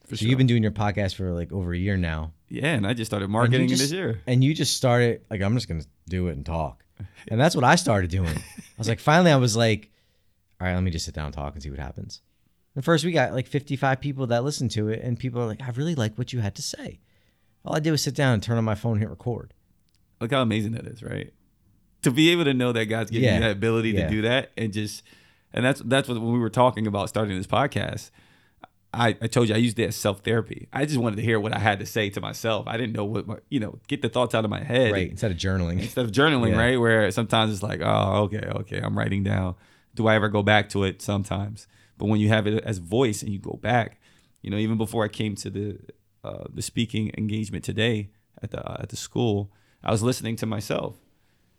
for so you've been doing your podcast for like over a year now yeah. And I just started And you marketing it just- this year. And you just started like I'm just gonna do it and talk, and that's what I started doing. I was like, finally, I was like, all right, let me just sit down and talk and see what happens. And first, we got like 55 people that listened to it, and people are like, I really like what you had to say. All I did was sit down and turn on my phone and hit record. Look how amazing that is, right? To be able to know that God's giving Yeah. you that ability Yeah. to do that and just and that's that's what when we were talking about starting this podcast. I, I told you I used it as self therapy. I just wanted to hear what I had to say to myself. I didn't know what my you know, get the thoughts out of my head. Right. Instead of journaling. instead of journaling, Yeah. right? Where sometimes it's like, oh, okay, okay, I'm writing down. Do I ever go back to it? Sometimes, but when you have it as voice and you go back, you know, even before I came to the uh, the speaking engagement today at the uh, at the school, I was listening to myself,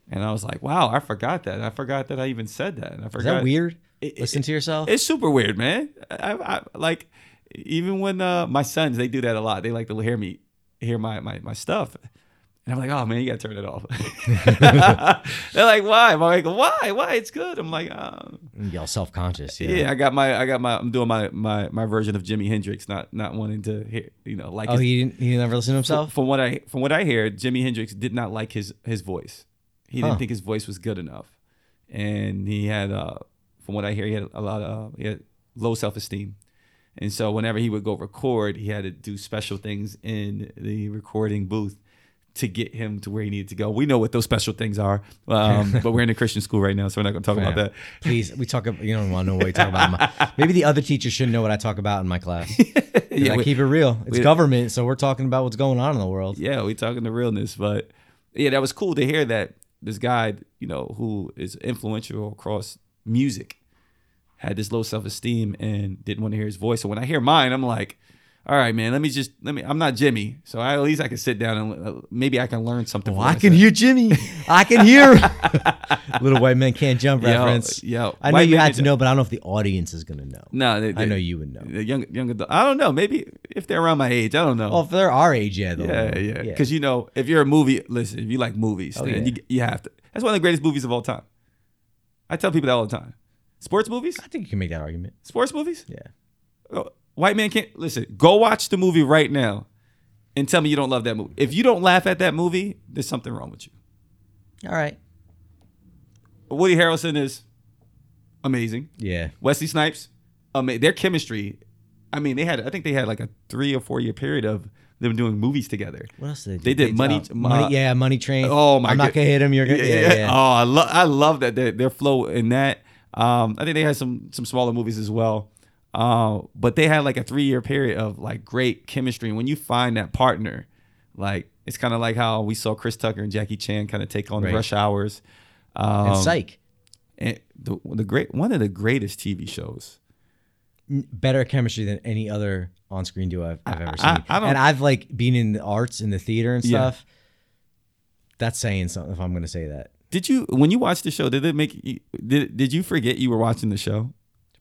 and I was like, wow, I forgot that. I forgot that I even said that. And I forgot. Is that weird? It- it- Listen to yourself? It's super weird, man. I, I like even when uh, my sons they do that a lot. They like to hear me hear my my, my stuff. And I'm like, oh man, you gotta turn it off. They're like, why? I'm like, why? Why? It's good. I'm like, um, Y'all self conscious. yeah. I got my, I got my, I'm doing my my my version of Jimi Hendrix, not not wanting to hear, you know, like. Oh, his- he didn't. He never listened to himself. From what I from what I hear, Jimi Hendrix did not like his his voice. He Huh. didn't think his voice was good enough, and he had, uh, from what I hear, he had a lot of uh, he had low self esteem, and so whenever he would go record, he had to do special things in the recording booth to get him to where he needed to go. We know what those special things are, um, but we're in a Christian school right now, so we're not going to talk about Yeah. that. Please, we talk. About, you don't want to know what we talk about. in my- Maybe the other teachers should know what I talk about in my class. 'Cause Yeah, I we- keep it real. It's we- government, so we're talking about what's going on in the world. yeah, we talking the realness, but yeah, that was cool to hear that this guy, you know, who is influential across music, had this low self esteem and didn't want to hear his voice. So when I hear mine, I'm like, all right, man, let me just let me. I'm not Jimmy, so I, at least I can sit down and uh, maybe I can learn something. Oh, from I myself. can hear Jimmy. I can hear. Little white men can't jump Yo, reference. yo, I know white you men had to don't- know, but I don't know if the audience is gonna know. No, they, I know you would know. The young young adult. I don't know. Maybe if they're around my age, I don't know. Oh, if they're our age, yeah, they'll Yeah, know. yeah. Because you know, if you're a movie, listen, if you like movies, Oh, then yeah. you, you have to. That's one of the greatest movies of all time. I tell people that all the time. Sports movies, I think you can make that argument. sports movies. Yeah. Oh, White man can't listen. Go watch the movie right now, and tell me you don't love that movie. If you don't laugh at that movie, there's something wrong with you. All right. Woody Harrelson is amazing. Yeah. Wesley Snipes, ama- their chemistry. I mean, they had. I think they had like a three or four year period of them doing movies together. What else did They they do? did Money- oh, money. Ma- yeah, money train. Oh, my I'm not good- gonna hit him. You're gonna. Yeah, yeah. Oh, I love I love that their, their flow in that. Um, I think they had some some smaller movies as well, uh, but they had like a three year period of like great chemistry. And when you find that partner, like it's kind of like how we saw Chris Tucker and Jackie Chan kind of take on Right. Rush Hours. Um, And Psych. and the, the great one of the greatest TV shows. n- better chemistry than any other on-screen duo I've, I've ever seen. I- I don't- and I've like been in the arts in the theater and Yeah. stuff. That's saying something if I'm going to say that. Did you when you watched the show? Did it make you, did did you forget you were watching the show?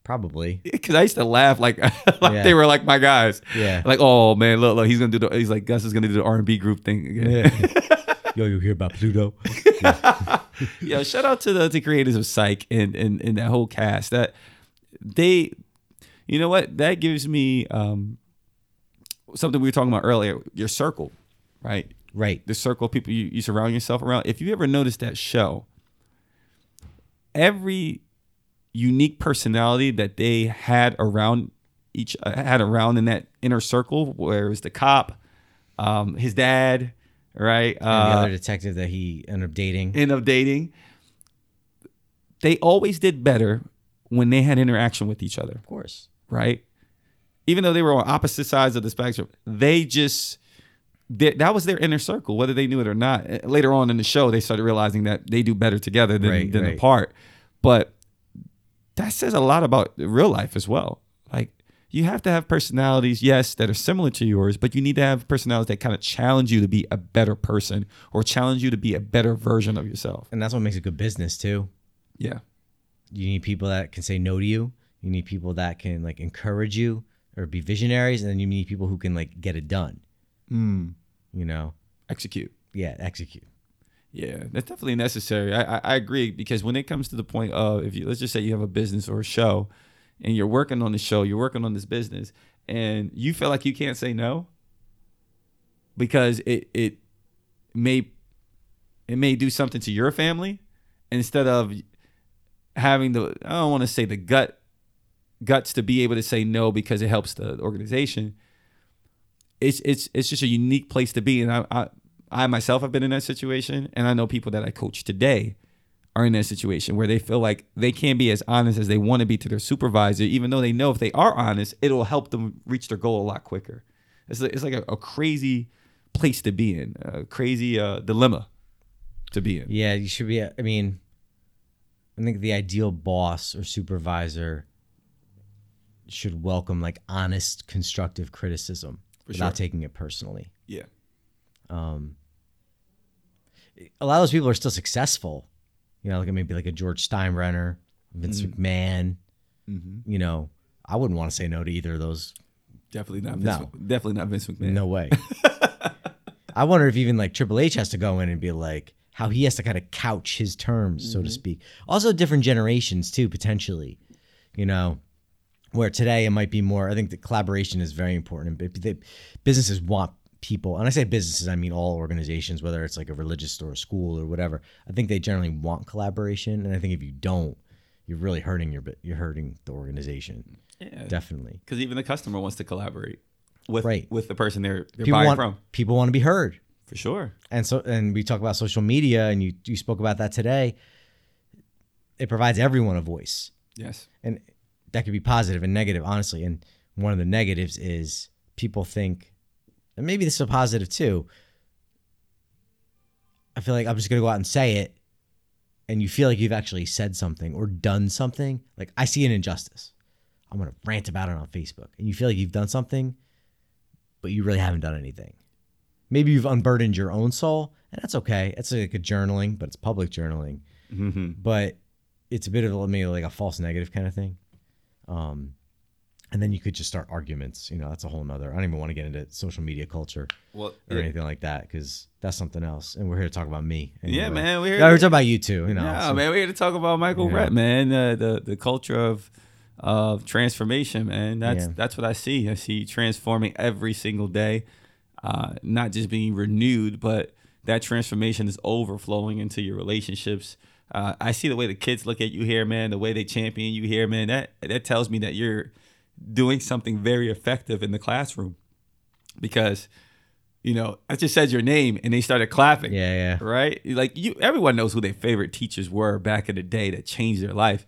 Probably. Because I used to laugh like, like Yeah. they were like my guys. Yeah. Like, oh man, look, look, he's gonna do the he's like Gus is gonna do the R and B group thing again. Yo, you hear about Pluto? Yo, shout out to the, the creators of Psych and, and and that whole cast. That they, you know what? That gives me um, something we were talking about earlier. Your circle, right? Right. The circle of people you, you surround yourself around. If you ever noticed that show, every unique personality that they had around each had around in that inner circle, where it was the cop, um, his dad, right? And the Uh, other detective that he ended up dating. end up dating. They always did better when they had interaction with each other, Of course. right? Even though they were on opposite sides of the spectrum, they just they, that was their inner circle, whether they knew it or not. Uh, Later on in the show, they started realizing that they do better together than, Right, than right. apart. But that says a lot about real life as well. Like you have to have personalities, yes, that are similar to yours, but you need to have personalities that kind of challenge you to be a better person or challenge you to be a better version of yourself. And that's what makes a good business too. Yeah. You need people that can say no to you. You need people that can like encourage you or be visionaries, and then you need people who can like get it done. Hmm. You know. Execute. Yeah. Execute. Yeah, that's definitely necessary. I, I I agree because when it comes to the point of if you let's just say you have a business or a show, and you're working on the show, you're working on this business, and you feel like you can't say no because it it may it may do something to your family instead of having the I don't want to say the gut guts to be able to say no because it helps the organization. It's it's it's just a unique place to be, and I I, I myself have been in that situation, and I know people that I coach today are in that situation where they feel like they can't be as honest as they want to be to their supervisor, even though they know if they are honest, it'll help them reach their goal a lot quicker. It's like, it's like a, a crazy place to be in, a crazy uh, dilemma to be in. Yeah, you should be. I mean, I think the ideal boss or supervisor should welcome like honest, constructive criticism For without sure. taking it personally. Yeah. Um, a lot of those people are still successful, you know, like maybe like a George Steinbrenner, Vince McMahon. Mm-hmm. You know, I wouldn't want to say no to either of those. Definitely not. Vince, No. Definitely not Vince McMahon. No way. I wonder if even like Triple H has to go in and be like how he has to kind of couch his terms, so Mm-hmm. to speak. Also, different generations too, potentially. You know, where today it might be more. I think that collaboration is very important, and b- the businesses want people. And I say businesses, I mean all organizations, whether it's like a religious store, a school, or whatever. I think they generally want collaboration, and I think if you don't, you're really hurting your bu- you're hurting the organization. Yeah. Definitely, Because even the customer wants to collaborate with Right. with the person they're, they're people buying want from. people want to be heard. For sure. and so and we talk about social media and you you spoke about that today it provides everyone a voice Yes. and that could be positive and negative honestly and one of the negatives is people think and maybe this is a positive too i feel like i'm just going to go out and say it and you feel like you've actually said something or done something like i see an injustice i'm going to rant about it on facebook and you feel like you've done something but you really haven't done anything maybe you've unburdened your own soul and that's okay it's like a journaling but it's public journaling Mm-hmm. but it's a bit of a- maybe like a false negative kind of thing. Um, and then you could just start arguments. You know, that's a whole nother. I don't even want to get into social media culture Well, or yeah, anything like that because that's something else. And we're here to talk about me. yeah, anyway. man. We're Yeah, we're talking about you too. You know, Yeah, so- man, we're here to talk about Michael Yeah. Brett, man. Uh, the the culture of of transformation, man. That's Yeah. that's what I see. I see you transforming every single day, uh, not just being renewed, but that transformation is overflowing into your relationships. Uh, I see the way the kids look at you here, man. The way they champion you here, man. That that tells me that you're doing something very effective in the classroom, because you know I just said your name and they started clapping yeah, yeah. right? Like you, everyone knows who their favorite teachers were back in the day that changed their life.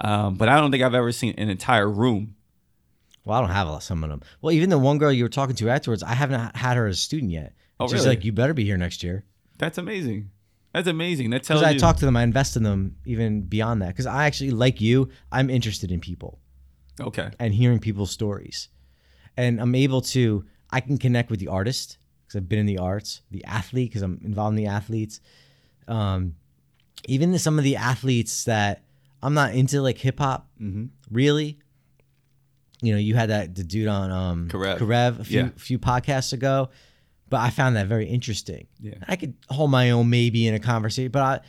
Um, but I don't think I've ever seen an entire room. Well, I don't have a lot, some of them. Well, even the one girl you were talking to afterwards, I haven't h- had her as a student yet. Oh, She's really? like, you better be here next year. That's amazing. That's amazing. That tells Because I you. talk to them, I invest in them even beyond that. Because I actually, like you, I'm interested in people. okay. and hearing people's stories. And I'm able to, I can connect with the artist because I've been in the arts, the athlete because I'm involved in the athletes. Um, even the- some of the athletes that I'm not into, like hip hop, Mm-hmm. really. You know, you had that the dude on um, Karev. Karev a few, Yeah. few podcasts ago, but I found that very interesting. Yeah. I could hold my own maybe in a conversation, but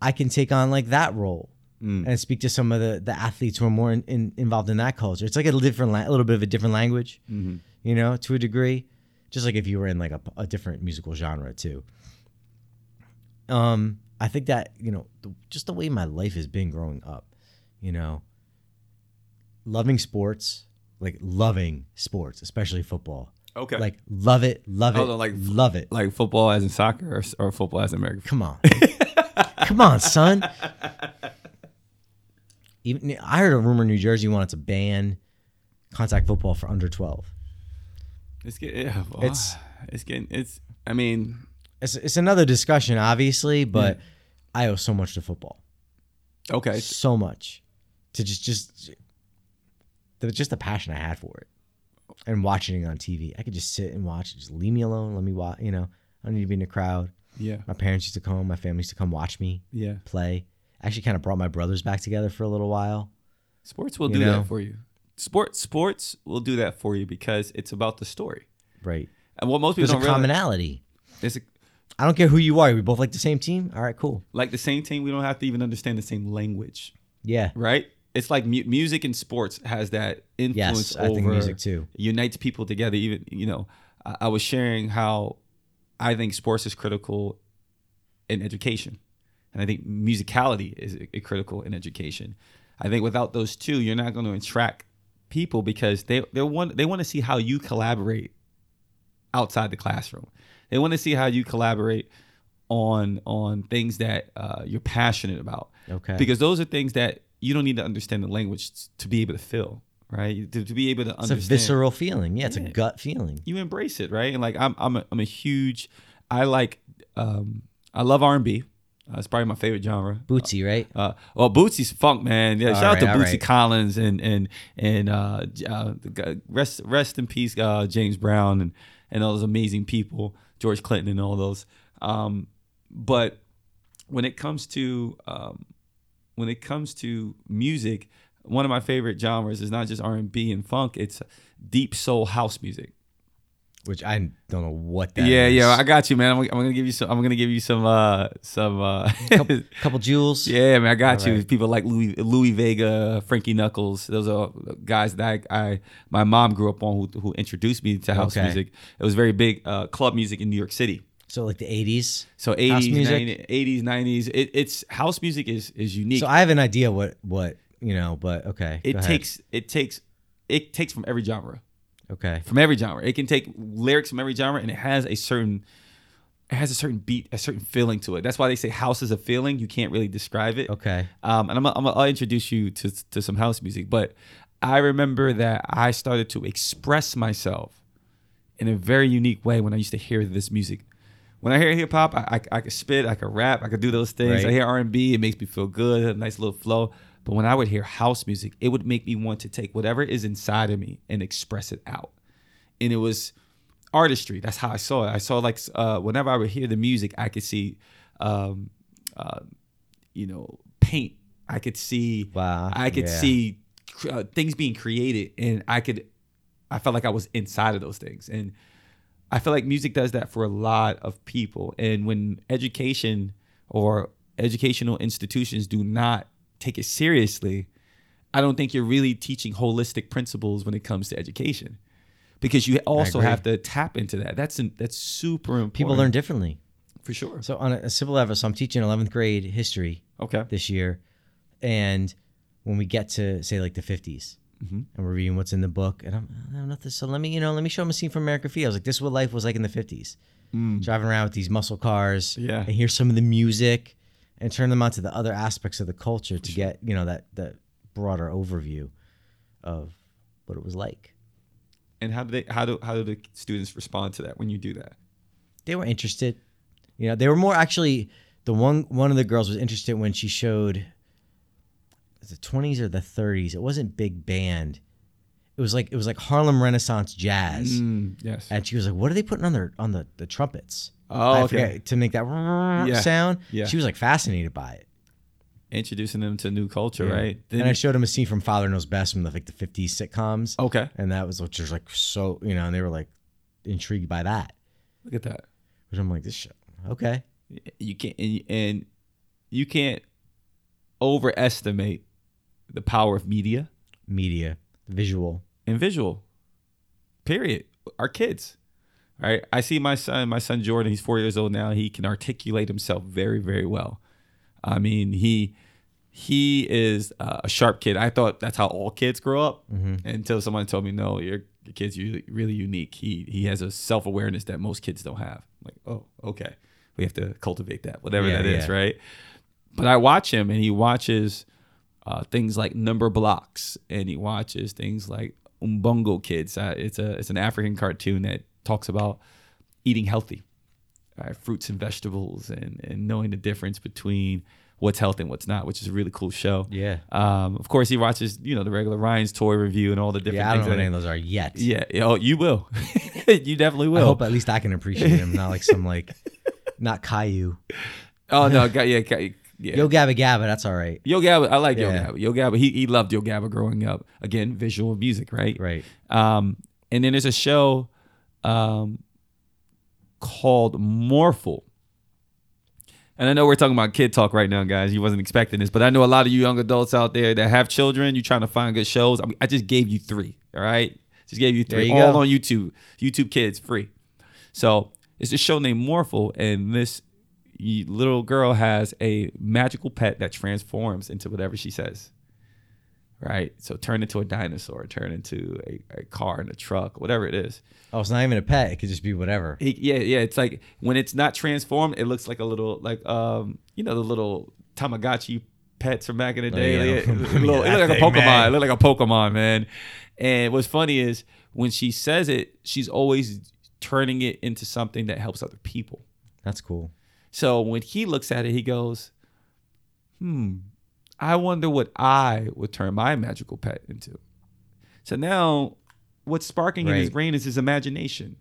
I, I can take on like that role Mm. and speak to some of the, the athletes who are more in, in, involved in that culture. It's like a different, la- a little bit of a different language, Mm-hmm. you know, to a degree. Just like if you were in like a, a different musical genre too. Um, I think that you know, the, just the way my life has been growing up, you know, loving sports, like loving sports, especially football, Okay. Like, like love it, love it, Hold on, like- love it. football as in soccer or, or football as in American. Come on. Come on, son. Even I heard a rumor in New Jersey wanted to ban contact football for under 12. It's getting. Yeah, well, It's- it's getting. It's. I mean, It's, it's another discussion, obviously, but Hmm. I owe so much to football. okay. So much. To just, just, the, just the passion I had for it and watching it on TV. I could just sit and watch it. Just leave me alone. Let me watch, you know, I don't need to be in the crowd. Yeah. My parents used to come, my family used to come watch me Yeah. play. Actually, kind of brought my brothers back together for a little while. Sports will You do know? that for you. Sports. Sports will do that for you because it's about the story. Right. And what most people There's a don't realize. commonality. It's a, I don't care who you are. We both like the same team. All right, cool. like the same thing. We don't have to even understand the same language. Yeah. right? It's like mu- music and sports has that influence Yes, I over think music too. unites people together. Even you know, I, I was sharing how I think sports is critical in education, and I think musicality is i- critical in education. I think without those two, you're not going to attract people because they they want they want to see how you collaborate outside the classroom. They want to see how you collaborate on on things that uh, you're passionate about Okay. because those are things that you don't need to understand the language t- to be able to feel right to, to be able to it's understand a visceral feeling. Yeah, it's Yeah. a gut feeling. you embrace it right and like i'm i'm a, I'm a huge i like um i love r&b uh, it's probably my favorite genre Bootsy, right? uh, well, Bootsy's funk man. Yeah, All shout out right, to all Bootsy right. Collins and and and uh, J- uh, the guy- rest rest in peace, uh, James Brown and and all those amazing people, George Clinton and all those. Um, but when it comes to um, when it comes to music, one of my favorite genres is not just R and B and funk. It's deep soul house music. Which I don't know what that yeah, is. yeah, I got you, man. I'm, gonna- I'm gonna give you some. I'm gonna give you some uh, some. Uh, couple, couple jewels. Yeah, man, I got All you. right. People like Louis, Louis Vega, Frankie Knuckles. Those are guys that I, I my mom grew up on who, who introduced me to house Okay. music. It was very big uh, club music in New York City. So like the 80s. So House eighties, music? eighties, nineties. It, it's house music is is unique. So I have an idea what what you know, but okay. go it ahead. takes it takes it takes from every genre. okay. From every genre, it can take lyrics from every genre, and it has a certain it has a certain beat, a certain feeling to it. That's why they say house is a feeling. You can't really describe it. Okay. um, and I'm, I'm, I'll introduce you to, to some house music. But I remember that I started to express myself in a very unique way when I used to hear this music. When I hear hip hop, I, I, I could spit, I could rap, I could do those things. Right. I hear R and B, it makes me feel good, a nice little flow. But when I would hear house music, it would make me want to take whatever is inside of me and express it out. And it was artistry. That's how I saw it. I saw like uh, whenever I would hear the music, I could see, um, uh, you know, paint. I could see. Wow. I could Yeah. see cr- uh, things being created, and I could. I felt like I was inside of those things, and I feel like music does that for a lot of people. And when education or educational institutions do not take it seriously, I don't think you're really teaching holistic principles when it comes to education, because you also agree. have to tap into that. That's in, that's super important. People learn differently. for sure. So on a, a civil level, so I'm teaching 11th grade history Okay. this year, and when we get to say like the 50s, Mhm. and we're reading what's in the book, and I'm I don't know if this. So let me you know let me show them a scene from American Graffiti. I was like, this is what life was like in the 50s, Mm. driving around with these muscle cars, Yeah. and hear some of the music, and turn them on to the other aspects of the culture to get you know that that broader overview of what it was like. And how do they how do how do the students respond to that when you do that? they were interested. You know, they were more actually. The one one of the girls was interested when she showed the twenties or the thirties. It wasn't big band. It was like it was like Harlem Renaissance jazz. Mm, yes. And she was like, "What are they putting on their on the, the trumpets?" Oh, I okay. forget, to make that sound. yeah. She was like fascinated by it. Introducing them to new culture, right? Then, and I showed him a scene from Father Knows Best from the, like the fifties sitcoms, okay. and that was which was like so you know, and they were like intrigued by that. Look at that. Which I'm like, this shit, okay, You can't and, and you can't overestimate the power of media media, visual, and visual. Period. Our kids. Right? I see my son, my son Jordan, he's four years old now. He can articulate himself very, very well. I mean, he he is uh, a sharp kid. I thought that's how all kids grow up Mm-hmm. until someone told me, no, your, your kid's really, really unique. He he has a self awareness that most kids don't have. I'm like, oh, okay, we have to cultivate that, whatever Yeah, that is, yeah. right? But I watch him, and he watches uh, things like number blocks, and he watches things like Umbongo Kids. Uh, it's a it's an African cartoon that talks about eating healthy uh, fruits and vegetables and, and knowing the difference between what's healthy and what's not, which is a really cool show. Yeah. Um, of course, he watches, you know, the regular Ryan's Toy Review and all the different Yeah, I don't things. know what that- any of those are yet. yeah. yeah, Oh, you will. you definitely will. I hope at least I can appreciate them, not like some like, not Caillou. oh, no. Got, yeah. Got, yeah. Yo Gabba Gabba, that's all right. Yo Gabba, I like Yeah. Yo Gabba. Yo Gabba, he, he loved Yo Gabba growing up. Again, visual music, right? Right. Um, and then there's a show um, called Morphle. And I know we're talking about kid talk right now, guys. You wasn't expecting this, but I know a lot of you young adults out there that have children. You're trying to find good shows. I, mean, I just gave you three. All right, just gave you There three, you all go. on YouTube. YouTube Kids free. So it's a show named Morphle, and this y- little girl has a magical pet that transforms into whatever she says. right? So turn into a dinosaur, turn into a, a car and a truck, whatever it is. Oh, it's not even a pet. It could just be whatever. He, yeah, yeah. It's like when it's not transformed, it looks like a little like um you know the little Tamagotchi pets from back in the Oh, day. yeah. Yeah, little- it That looked like a thing, Pokemon. man. It looked like a Pokemon, man. And what's funny is when she says it, she's always turning it into something that helps other people. That's cool. So when he looks at it, he goes, hmm, I wonder what I would turn my magical pet into. So now what's sparking in his Right. brain is his imagination,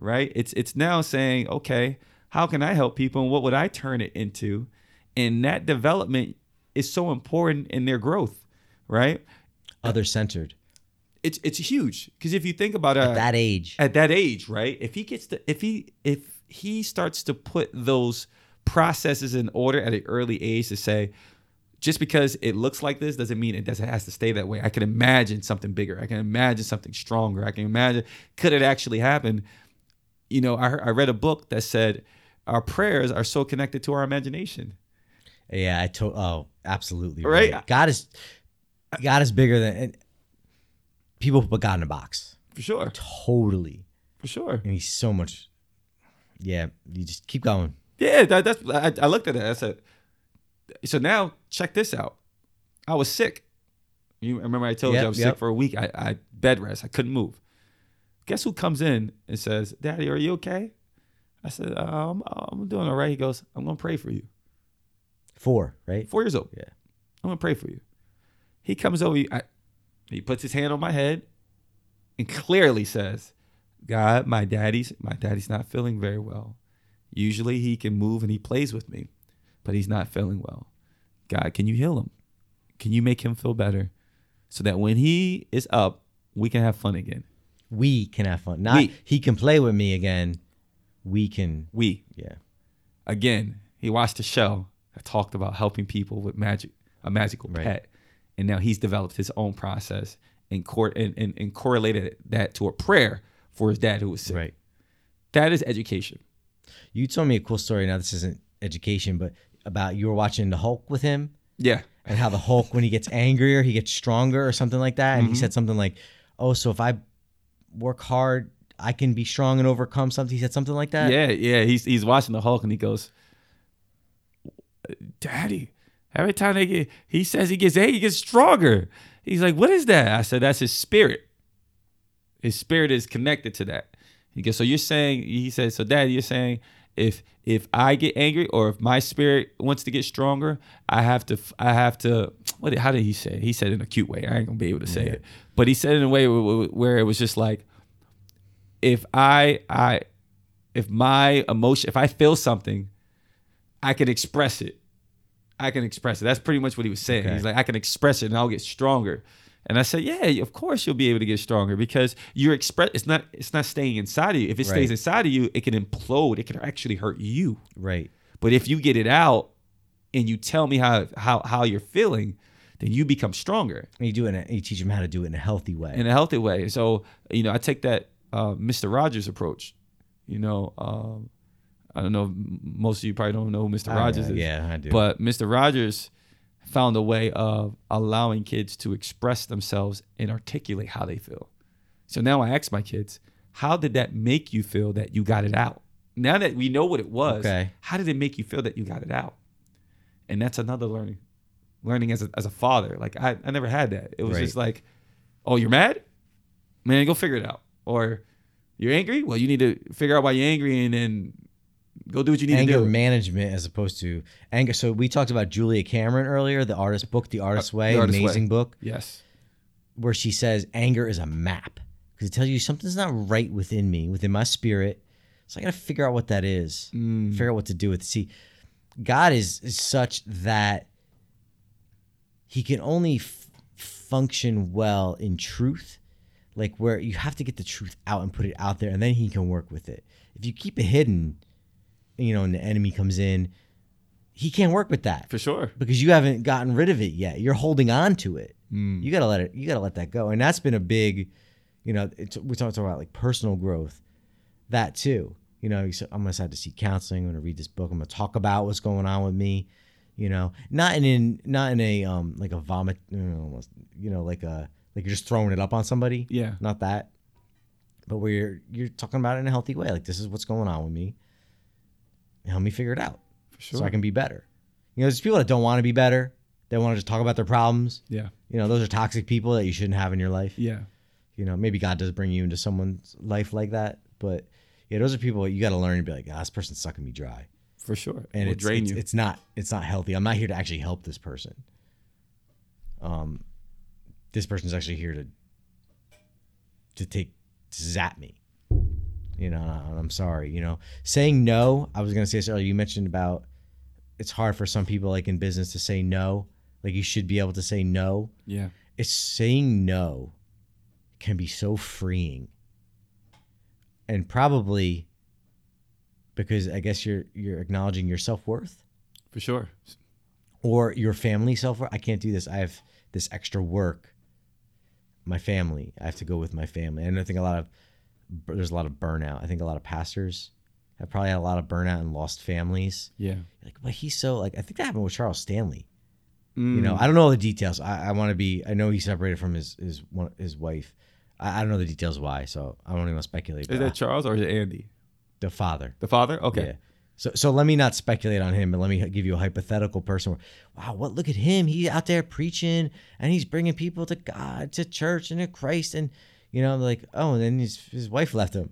right? It's it's now saying, okay, how can I help people and what would I turn it into? And that development is so important in their growth, right? Other centered. It's it's huge. Because if you think about it, At that age. at that age, right? If he gets to if he if he starts to put those processes in order at an early age to say, just because it looks like this doesn't mean it doesn't has to stay that way. I can imagine something bigger. I can imagine something stronger. I can imagine could it actually happen? You know, I, I read a book that said our prayers are so connected to our imagination. Yeah, I to oh, absolutely Right? right. God is God is bigger than and people put God in a box. For sure. Totally. For sure. And he's so much Yeah, you just keep going. Yeah, that, that's I, I looked at it. I said, so now check this out. I was sick. You remember I told you Yep, I was yep. sick for a week. I, I bed rest. I couldn't move. Guess who comes in and says, "Daddy, are you okay?" I said, "Um, I'm doing all right." He goes, "I'm gonna pray for you." Four, right? Four years old. Yeah. I'm gonna pray for you. He comes over. I, he puts his hand on my head and clearly says, "God, my daddy's my daddy's not feeling very well. Usually he can move and he plays with me, but he's not feeling well. God, can you heal him? Can you make him feel better, so that when he is up, we can have fun again? We can have fun. Not We. he can play with me again. We can We yeah. again, he watched a show that talked about helping people with magic, a magical Right. pet, and now he's developed his own process and cor- and, and, and correlated that to a prayer for his dad who was sick. Right. That is education. You told me a cool story. Now this isn't education, but about you were watching the Hulk with him. Yeah, and how the Hulk, when he gets angrier, he gets stronger or something like that. And Mm-hmm. he said something like, "Oh, so if I work hard, I can be strong and overcome something." He said something like that. yeah, yeah. He's he's watching the Hulk and he goes, "Daddy, every time they get, he says he gets, hey, he gets stronger." He's like, "What is that?" I said, "That's his spirit. His spirit is connected to that." He goes, "So you're saying?" He says, "So, Daddy, you're saying." If if I get angry or if my spirit wants to get stronger, I have to I have to what did- how did he say? it? He said it in a cute way. I ain't gonna be able to say it, but he said it in a way wh- wh- where it was just like, if I I if my emotion if i feel something i can express it i can express it that's pretty much what he was saying Okay. he's like i can express it and i'll get stronger and i said yeah of course you'll be able to get stronger because you're express it's not it's not staying inside of you if it stays Right. inside of you it can implode it can actually hurt you Right. but if you get it out and you tell me how how how you're feeling then you become stronger And you do it. In a, you teach him how to do it in a healthy way. in a healthy way. So you know, I take that uh, Mr. Rogers approach. You know, um, I don't know. m- Most of you probably don't know who Mr. I- Rogers is, Yeah, I do. but Mr. Rogers found a way of allowing kids to express themselves and articulate how they feel. So now I ask my kids, how did that make you feel that you got it out? Now that we know what it was, Okay. how did it make you feel that you got it out? And that's another learning, learning as a, as a father. Like I, I never had that. It was Right. just like, oh, you're mad? Man, go figure it out. Or you're angry? Well, you need to figure out why you're angry and then go do what you need to anger do. management as opposed to anger. So we talked about Julia Cameron earlier, the artist book, The Artist's Way, Uh, Artist's Way. amazing book, Yes. where she says anger is a map because it tells you something's not right within me, within my spirit. So I got to figure out what that is. Mm. figure out what to do with it. See, God is, is such that he can only f- function well in truth, like where you have to get the truth out and put it out there, and then he can work with it. If you keep it hidden, you know, and the enemy comes in, he can't work with that For sure. because you haven't gotten rid of it yet. You're holding on to it. Mm. You gotta let it. You gotta let that go. And that's been a big, you know, it's, we talked about like personal growth, that too. You know, you said, I'm gonna have to seek counseling. I'm gonna read this book. I'm gonna talk about what's going on with me. you know not in, in not in a um like a vomit you know, almost you know like a like you're just throwing it up on somebody Yeah. not that but where you're you're talking about it in a healthy way like this is what's going on with me help me figure it out For sure. so i can be better you know there's people that don't want to be better they want to just talk about their problems yeah. you know those are toxic people that you shouldn't have in your life Yeah. you know maybe god does bring you into someone's life like that but yeah those are people that you got to learn and be like ah, this person's sucking me dry For sure. and Will it's, it's, it's not it's not healthy. I'm not here to actually help this person. Um, this person's actually here to to take to zap me. You know, and I'm sorry. You know, saying no. I was gonna say this earlier. You mentioned about it's hard for some people like in business to say no. Like you should be able to say no. yeah. It's saying no can be so freeing. And probably because I guess you're you're acknowledging your self-worth For sure. or your family self worth. I can't do this. I have this extra work. My family. I have to go with my family. And I think a lot of there's a lot of burnout. I think a lot of pastors have probably had a lot of burnout and lost families. Yeah. Like, but he's so like I think that happened with Charles Stanley. Mm. You know, I don't know all the details. I, I want to be. I know he separated from his his one his wife. I, I don't know the details why, so I don't even want to speculate. is But that Charles or is it Andy? the father? The father? Okay. Yeah. So so let me not speculate on him, and let me give you a hypothetical person. Where, wow, what? Look at him. He's out there preaching, and he's bringing people to God, to church, and to Christ, and you know, like oh, and then his his wife left him.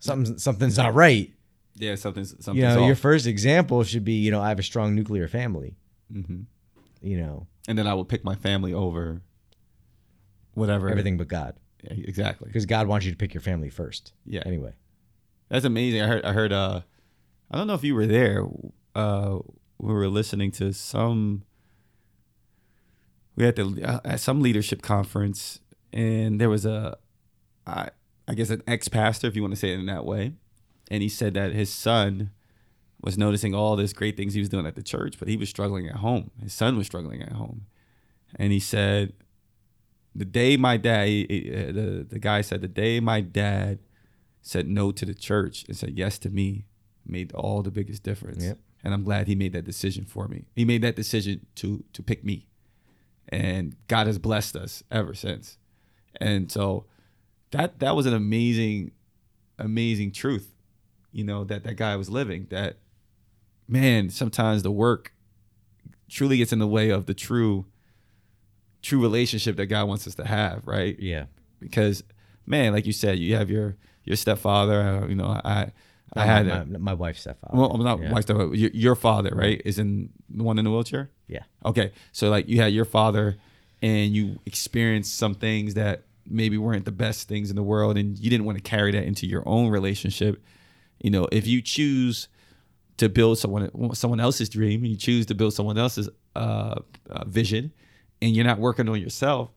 Something something's not right. Yeah. something's something's You know, your off. first example should be you know I have a strong nuclear family. Mhm. You know, And then I would pick my family over whatever. everything but God, Yeah, exactly. because God wants you to pick your family first. Yeah. Anyway, That's amazing. I heard. I heard. Uh, I don't know if you were there. Uh, we were listening to some. We had to uh, at some leadership conference, and there was a, I I guess an ex pastor, if you want to say it in that way, and he said that his son was noticing all this great things he was doing at the church, but he was struggling at home. His son was struggling at home, and he said, the day my dad, he- he- uh, the the guy said, the day my dad said no to the church and said yes to me made all the biggest difference. Yep. And I'm glad he made that decision for me. He made that decision to to pick me. And God has blessed us ever since. And so that that was an amazing amazing truth, you know, that that guy was living that man, sometimes the work truly gets in the way of the true true relationship that God wants us to have, right? yeah, because man, like you said, you have your your stepfather. Uh, you know, I I had my, a, my, my wife's stepfather. well, I'm not yeah. my stepfather. Your, your father, right, is in the one in the wheelchair. Yeah. Okay, so like you had your father, and you experienced some things that maybe weren't the best things in the world, and you didn't want to carry that into your own relationship. You know, if you choose to build someone someone else's dream, you choose to build someone else's uh, uh, vision, and you're not working on yourself,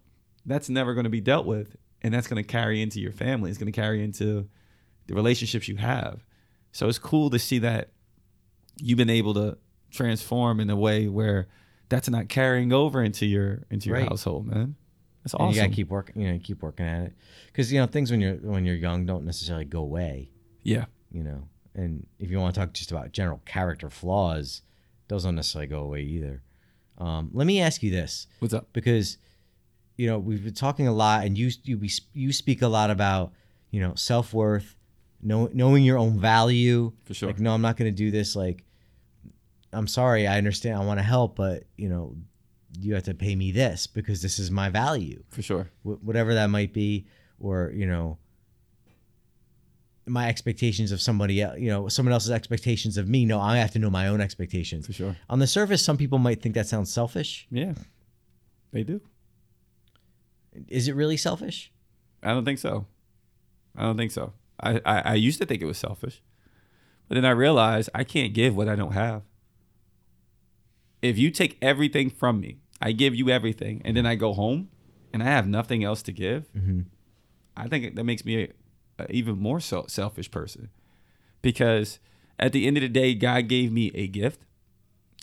that's never going to be dealt with, and that's going to carry into your family. It's going to carry into the relationships you have. So it's cool to see that you've been able to transform in a way where that's not carrying over into your into your Right. household, man. That's And awesome. You gotta keep working. You know, keep working at it because you know things when you're when you're young don't necessarily go away. yeah, You know, and if you want to talk just about general character flaws, those don't necessarily go away either. Um, let me ask you this what's up? because you know we've been talking a lot, and you you we, you speak a lot about you know self worth, know, knowing your own value. For sure. Like, no, I'm not gonna do this. Like, I'm sorry. I understand. I want to help, but you know, you have to pay me this because this is my value For sure. wh- whatever that might be, or you know, my expectations of somebody else, you know, someone else's expectations of me. No, I have to know my own expectations. For sure. On the surface, some people might think that sounds selfish. Yeah, they do. Is it really selfish? I don't think so. I don't think so. I, I, I used to think it was selfish, but then I realized I can't give what I don't have. If you take everything from me, I give you everything, and then I go home and I have nothing else to give, I think that makes me a, a even more so selfish person because at the end of the day, God gave me a gift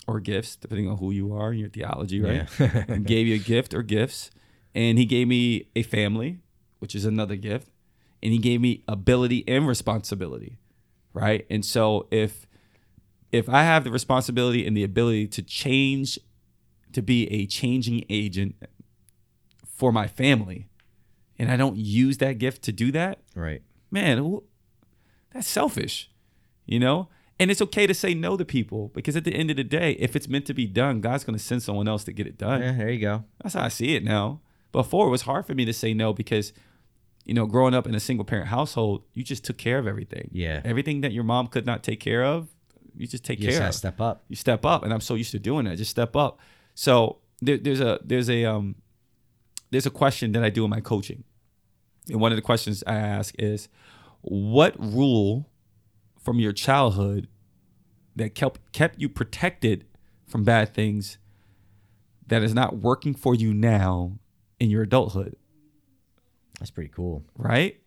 or gifts, depending on who you are and your theology, right? Yeah. gave you a gift or gifts, and He gave me a family, which is another gift, and He gave me ability and responsibility, right? And so if if I have the responsibility and the ability to change, to be a changing agent for my family, and I don't use that gift to do that, Right. man, who- that's selfish, you know? And it's okay to say no to people because at the end of the day, if it's meant to be done, God's going to send someone else to get it done. Yeah, Eh, there you go. That's how I see it now. Before it was hard for me to say no because, you know, growing up in a single parent household, you just took care of everything. Yeah. Everything that your mom could not take care of, you just take You just care gotta of. step up. You step up, and I'm so used to doing that. Just step up. So there, there's a there's a um there's a question that I do in my coaching, and one of the questions I ask is, what rule from your childhood that kept kept you protected from bad things that is not working for you now in your adulthood, That's pretty cool. right?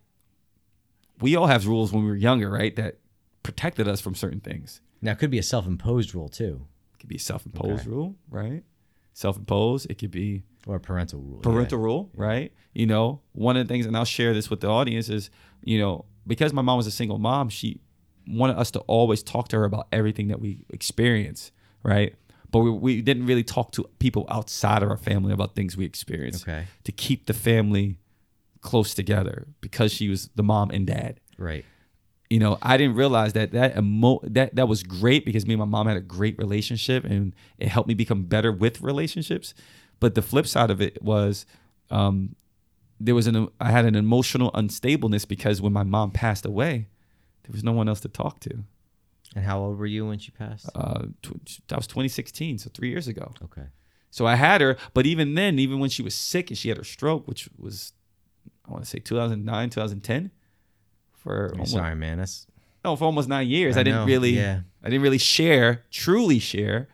We all have rules when we were younger, right? That protected us from certain things. Now it could be a self-imposed rule too, It could be a self-imposed rule, right? Self-imposed. It could be or a parental rule. yeah. parental rule, right? You know, one of the things, and I'll share this with the audience is, you know, because my mom was a single mom, she wanted us to always talk to her about everything that we experience, right? But we, we didn't really talk to people outside of our family about things we experienced Okay. to keep the family close together because she was the mom and dad Right. you know, I didn't realize that that emo- that that was great because me and my mom had a great relationship and it helped me become better with relationships. But the flip side of it was um, there was an I had an emotional unstableness because when my mom passed away, there was no one else to talk to. And how old were you when she passed? Uh, tw- that was 2016, so three years ago. okay. So I had her, but even then, even when she was sick and she had her stroke, which was I want to say 2009, 2010, for I'm almost, sorry, man. That's no, for almost nine years, I, I didn't know, really, yeah. I didn't really share, truly share,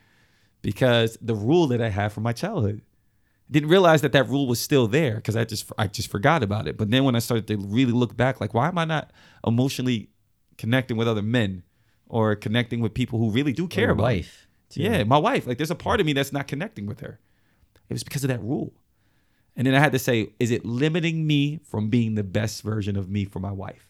because the rule that I had from my childhood didn't realize that that rule was still there because I just, I just forgot about it. But then when I started to really look back, like, why am I not emotionally connecting with other men or connecting with people who really do care your about? me? wife. too. Yeah, my wife. Like, there's a part of me that's not connecting with her. It was because of that rule. And then I had to say, is it limiting me from being the best version of me for my wife?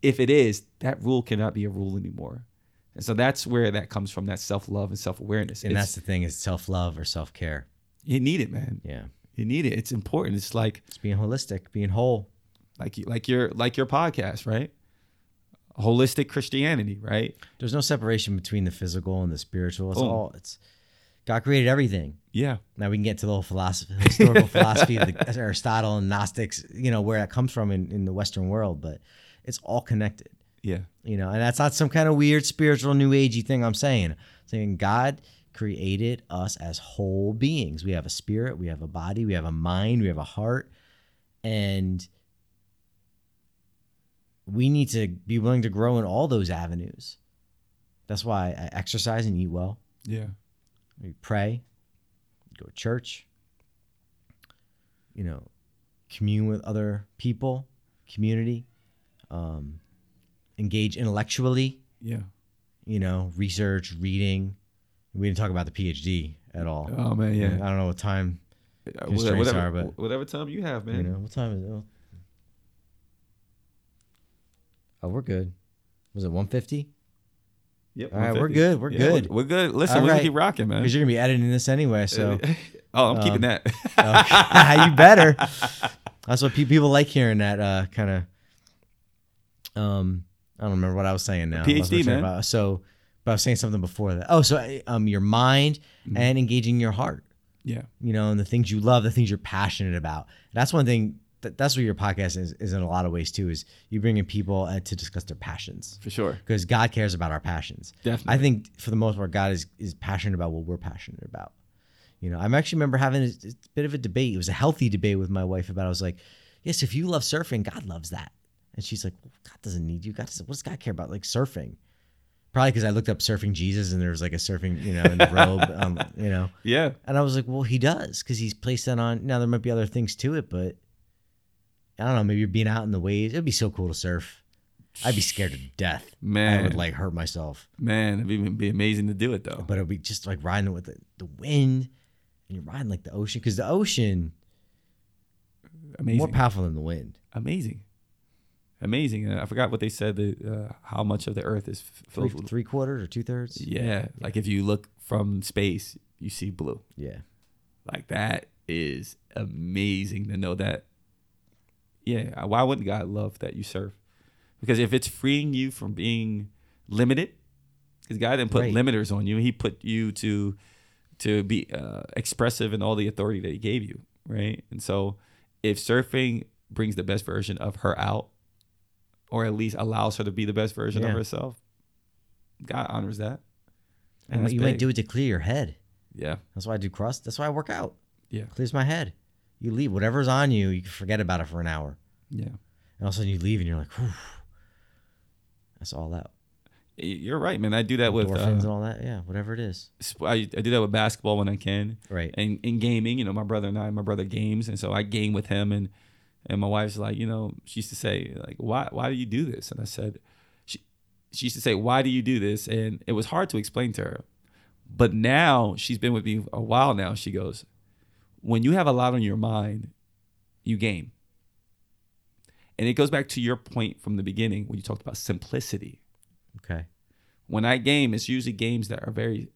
If it is, that rule cannot be a rule anymore. And so that's where that comes from that self love and self awareness. And that's the thing is self-love or self-care. you need it, man. Yeah. You need it. It's important. It's like It's being holistic, being whole. like you like your like your podcast, right? Holistic Christianity, right? There's no separation between the physical and the spiritual. It's Boom. all it's God created everything. Yeah. Now we can get to the whole philosophy, historical philosophy of the, Aristotle and Gnostics, you know, where that comes from in, in the Western world, but it's all connected, Yeah. you know, and that's not some kind of weird spiritual new agey thing I'm saying. I'm saying God created us as whole beings. We have a spirit, we have a body, we have a mind, we have a heart, and we need to be willing to grow in all those avenues. That's why I exercise and eat well. Yeah. We pray, go to church, you know, commune with other people, community, um, engage intellectually, Yeah. you know, research, reading. We didn't talk about the PhD at all. Oh man, I yeah. don't know what time, Whatever, Constraints are, whatever, but- whatever time you have, man. you know, what time is it? Oh, we're good. Was it 150? Yep. All right, we're 150. good, we're good. We're, we're good. Listen, All we're right. gonna keep rocking, man. Because you're going to be editing this anyway, so. oh, I'm keeping um, that. Okay. you better. That's what pe- people like hearing that uh, kind of. Um, I don't remember what I was saying now. I lost my PhD, train of man. thought. So, but I was saying something before that. Oh, so uh, um, your mind and engaging your heart. Mm-hmm. yeah, You know, and the things you love, the things you're passionate about. That's one thing. That, that's what your podcast is, is in a lot of ways too. Is you bringing people uh, to discuss their passions for sure. because God cares about our passions. Definitely. I think for the most part, God is is passionate about what we're passionate about. You know, I actually remember having a, a bit of a debate. It was a healthy debate with my wife about. I was like, "Yes, if you love surfing, God loves that," and she's like, well, "God doesn't need you. God doesn't. What does God care about? Like surfing." Probably because I looked up surfing Jesus and there was like a surfing, you know, in the robe, um, you know. Yeah, And I was like, well, he does because he's placed that on. Now, there might be other things to it, but I don't know. Maybe you're being out in the waves. It'd be so cool to surf. I'd be scared to death. I Man. would like hurt myself. man, it'd be, it'd be amazing to do it though. But it'd be just like riding with the, the wind and you're riding like the ocean because the ocean Amazing, more powerful than the wind. amazing. amazing. And I forgot what they said that uh, how much of the Earth is f- Three, filled with. three quarters or two thirds. Yeah, like if you look from space, you see blue. Yeah. Like that is amazing to know that. Yeah, why wouldn't God love that you serve? Because if it's freeing you from being limited, because God didn't put Right. limiters on you, He put you to to be uh, expressive in all the authority that He gave you, right? And so, if surfing brings the best version of her out, or at least allows her to be the best version of Yeah. herself, God honors that. And that's you might big. do it to clear your head. Yeah, That's why I do cross. That's why I work out. Yeah. Clears my head. You leave whatever's on you. You can forget about it for an hour, yeah. and all of a sudden you leave, and you're like, Whew, that's all out. Y- You're right, man. I do that with Endorphins uh, and all that. Yeah. Whatever it is. sp- I, I do that with basketball when I can, Right. and in gaming. You know, my brother and I, my brother games, and so I game with him, and and my wife's like, you know, she used to say like, why why do you do this? And I said, she she used to say, why do you do this? And it was hard to explain to her, but now she's been with me a while now. She goes, when you have a lot on your mind, you game. And it goes back to your point from the beginning when you talked about simplicity. Okay. when I game, it's usually games that are very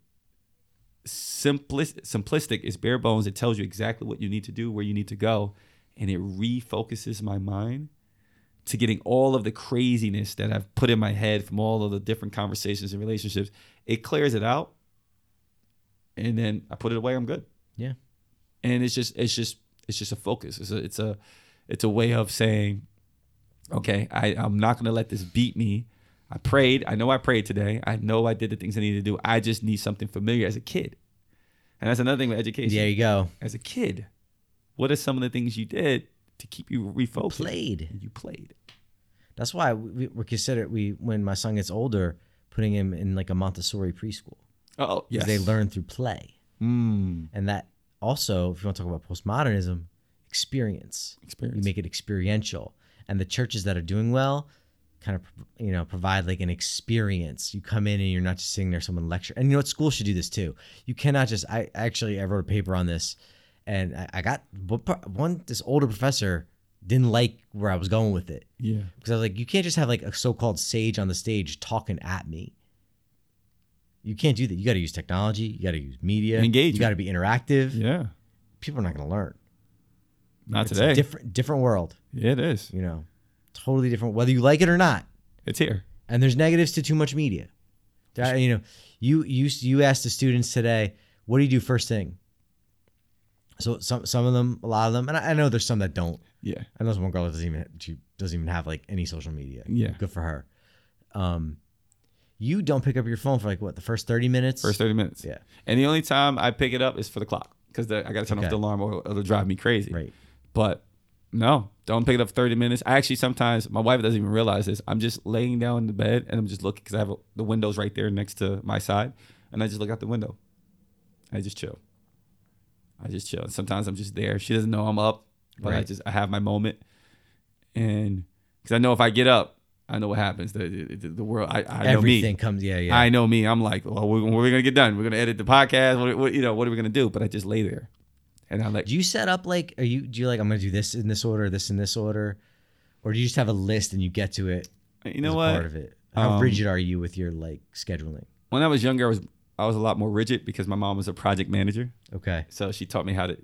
simplistic. Simplistic It's bare bones. It tells you exactly what you need to do, where you need to go, and it refocuses my mind to getting all of the craziness that I've put in my head from all of the different conversations and relationships. It clears it out, and then I put it away. I'm good. Yeah. And it's just, it's just, it's just a focus. It's a, it's a, it's a way of saying, okay, I, I'm not going to let this beat me. I prayed. I know I prayed today. I know I did the things I needed to do. I just need something familiar as a kid. And that's another thing with education. There you go. As a kid, what are some of the things you did to keep you refocused? Played. And you played. That's why we, we consider we when my son gets older, putting him in like a Montessori preschool. Oh, yes. because They learn through play, Mm, and that also, if you want to talk about postmodernism, experience. experience. You make it experiential, and the churches that are doing well, kind of you know provide like an experience. You come in and you're not just sitting there, someone lecture. And you know what? School should do this too. You cannot just. I actually I wrote a paper on this, and I, I got one. This older professor didn't like where I was going with it yeah. because I was like, you can't just have like a so-called sage on the stage talking at me. You can't do that. You got to use technology. You got to use media. Engagement. You got to be interactive. Yeah. People are not going to learn. Not It's a today. different, different world. yeah, it is. You know, totally different. Whether you like it or not, It's here. and there's negatives to too much media. That- you know, you you you asked the students today, what do you do first thing? So some some of them, a lot of them, and I, I know there's some that don't. Yeah. I know this one girl that doesn't even she doesn't even have like any social media. Yeah. good for her. Um, you don't pick up your phone for like what the first thirty minutes. First 30 minutes. Yeah. And the only time I pick it up is for the clock because I got to turn off Okay. the alarm or it'll drive me crazy. right. But no, don't pick it up 30 minutes. I actually sometimes, my wife doesn't even realize this. I'm just laying down in the bed and I'm just looking because I have a, the windows right there next to my side. And I just look out the window. I just chill. I just chill. Sometimes I'm just there. She doesn't know I'm up, but I Right. just, I have my moment. And because I know if I get up, I know what happens. The, the, the world, I, I know me. Everything comes. Yeah, yeah. I know me. I'm like, well, we- what are we gonna get done? We're gonna edit the podcast. What, what- you know, what are we gonna do? But I just lay there, and I like, do you set up like are you do you like I'm gonna do this in this order, this in this order, or do you just have a list and you get to it? you as know a Part what? of it. How Um, rigid are you with your like scheduling? When I was younger, I was I was a lot more rigid because my mom was a project manager, Okay. so she taught me how to.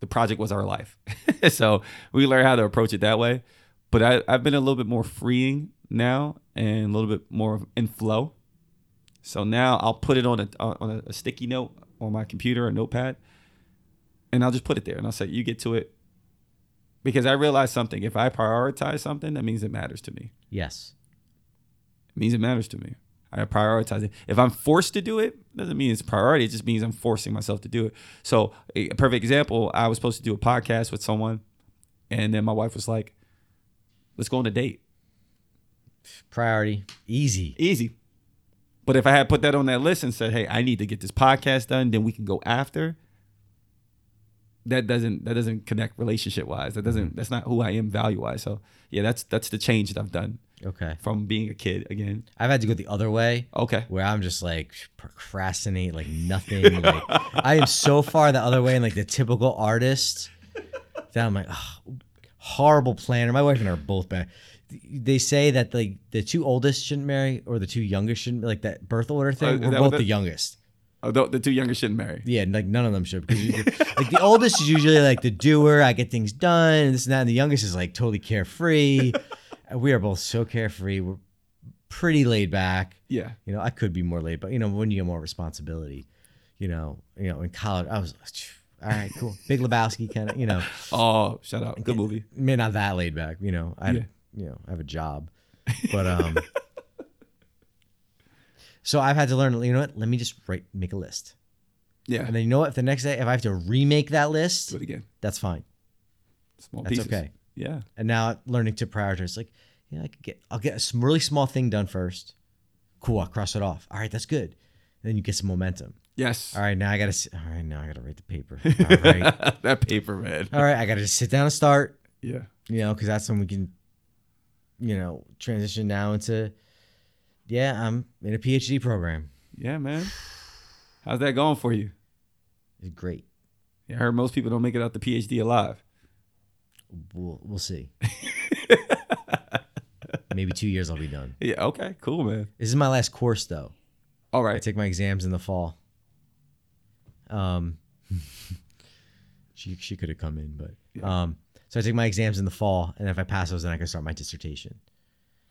The project was our life, so we learned how to approach it that way. But I, I've been a little bit more freeing now, and a little bit more in flow. So now I'll put it on a on a, a sticky note on my computer or notepad, and I'll just put it there, and I'll say, "You get to it." Because I realize something. If I prioritize something, that means it matters to me. Yes. It means it matters to me. I prioritize it. If I'm forced to do it, it doesn't mean it's a priority. It just means I'm forcing myself to do it. So a perfect example, I was supposed to do a podcast with someone, and then my wife was like, "Let's go on a date." Priority. Easy. Easy. But if I had put that on that list and said, "Hey, I need to get this podcast done," then we can go after. That doesn't that doesn't connect relationship wise. That doesn't that's not who I am value wise. So yeah, that's that's the change that I've done Okay. from being a kid again. I've had to go the other way. Okay. where I'm just like procrastinate like nothing. like I am so far the other way, and like the typical artist, that I'm like "Ugh, horrible planner. My wife and I are both bad. they say that like the two oldest shouldn't marry or the two youngest shouldn't like that birth order thing. Oh, is We're that what both that- the youngest. Oh, the, the two younger shouldn't marry. Yeah, and, like none of them should because you- like the oldest is usually like the doer. I get things done. And this and that. And the youngest is like totally carefree. And we are both so carefree. We're pretty laid back. Yeah. You know, I could be more laid, but you know, when you get more responsibility, you know, you know, in college, I was all right, cool, Big Lebowski kind of, you know, Oh, shut up. Good movie. man, not that laid back, you know. I, Yeah. you know, I have a job, but um, so I've had to learn. You know what? Let me just write, make a list, Yeah. and then you know what? If the next day, if I have to remake that list, Do it again. that's fine. Small That's pieces. okay. Yeah. And now learning to prioritize, like, you know, I could get, I'll get a s- really small thing done first. Cool, I'll cross it off. All right, that's good. And then you get some momentum. Yes. All right, now I gotta. s- All right, now I gotta write the paper. All right, Uh, that paper, man. all right, I gotta just sit down and start. Yeah. You know, because that's when we can, you know, transition now into. Yeah, I'm in a PhD program. Yeah, man. How's that going for you? It's great. I heard most people don't make it out the PhD alive. We'll we'll see. Maybe two years I'll be done. Yeah. Okay. Cool, man. This is my last course though. All I right. take my exams in the fall. Um, she she could have come in, but Yeah. um, so I take my exams in the fall, and if I pass those, then I can start my dissertation.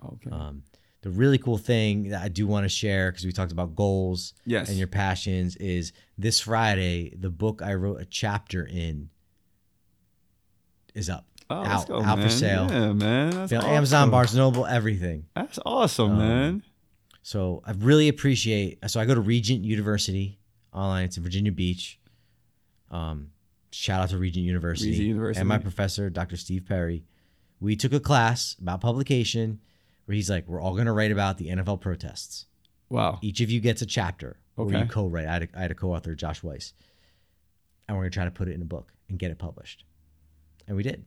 Okay. Um, the really cool thing that I do want to share because we talked about goals yes. and your passions is this Friday the book I wrote a chapter in is up oh, let's out go, out man. for sale. Yeah, man. That's You know, awesome. Amazon, Barnes Noble, everything. That's awesome, Um, man. So I really appreciate. So I go to Regent University online. It's in Virginia Beach. Um, shout out to Regent University, Regent University. and my professor, Dr. Steve Perry. We took a class about publication where he's like, "We're all going to write about the NFL protests. Wow. Each of you gets a chapter where you Okay. co-write. I had, a, I had a co-author, Josh Weiss, and we're going to try to put it in a book and get it published. And we did.